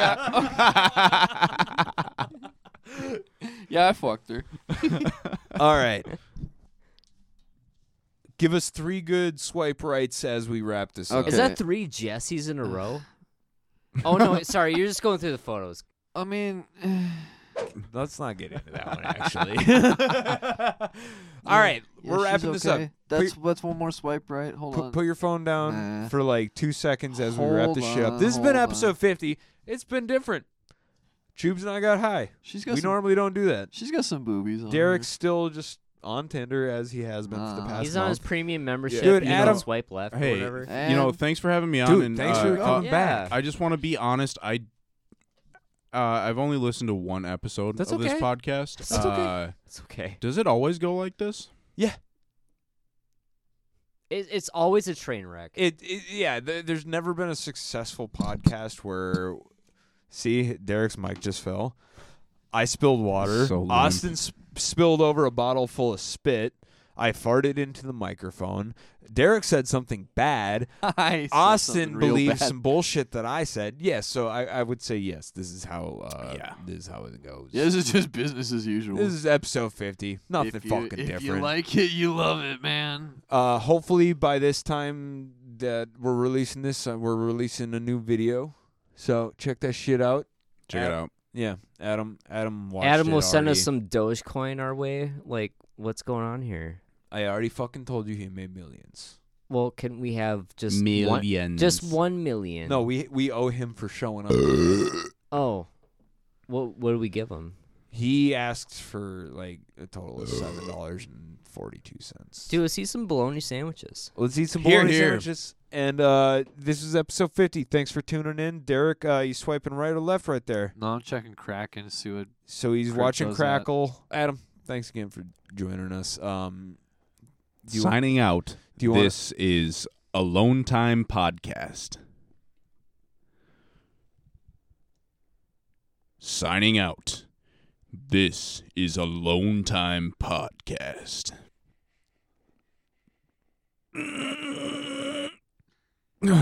yeah. yeah, I fucked her.
All right. Give us three good swipe rights as we wrap this up.
Okay.
Is that three Jessies
Uh.
in a row? oh, no, wait, sorry. You're just going through the photos.
I mean,
Let's not get into that one, actually. All right,
yeah,
we're
she's
wrapping this up.
okay. That's that's one more swipe right. Hold
Put,
on.
put your phone down
Nah.
for like two seconds as we wrap
Hold
the shit up.
on,
This has been
hold on.
episode 50. It's been different. Tubes and I got high.
she's got
We
some,
normally don't do that.
she's got some boobies. On
Derek's still just on Tinder as he has been for the
Nah.
past
He's on his
month.
premium membership.
Dude,
you don't
Adam-
swipe left.
Hey,
or whatever.
her.
you know,
And-
thanks for having me on.
Dude,
and,
thanks
uh,
for
uh,
coming
yeah.
back.
I just want to be honest. I uh, I've only listened to one episode
That's
of
okay.
this podcast.
That's
uh,
okay. It's okay.
Does it always go like this?
It, it's always a train wreck.
It, it yeah. Th- there's never been a successful podcast where. See, Derek's mic just fell. I spilled water.
So limp.
Austin sp- spilled over a bottle full of spit. I farted into the microphone. Derek said something bad.
I said something
Austin
real
believes
bad.
some bullshit that I said. Yes, so I, I would say yes. This is how uh,
Yeah.
this is how it goes.
Yeah, this is just business as usual.
This is episode 50. Nothing
if you,
fucking
if
different.
you like it, you love it, man.
uh, hopefully by this time that we're releasing this, uh, we're releasing a new video. So check that shit out.
Check it
Uh,
Ad-
out.
Yeah, Adam. Adam watched
Adam
it
will send
already.
us some Dogecoin our way. Like, what's going on here?
I already fucking told you he made millions.
Well, can we have just one, just one million?
No, we we owe him for showing up.
Oh, what what do we give him,
he asked for like a total of seven dollars and forty two cents.
dude? Let's eat some bologna sandwiches.
Let's eat some
Here,
bologna
here.
sandwiches. And uh, this is episode 50. Thanks for tuning in. Derek, uh, you swiping right or left right there?
No, I'm checking Kraken to see what.
So he's
Crypto's
watching
at-
Crackle. Adam, thanks again for joining us. Um, do you,
Signing out.
do you want
this is Alone Time Podcast. Signing out. This is Alone Time Podcast.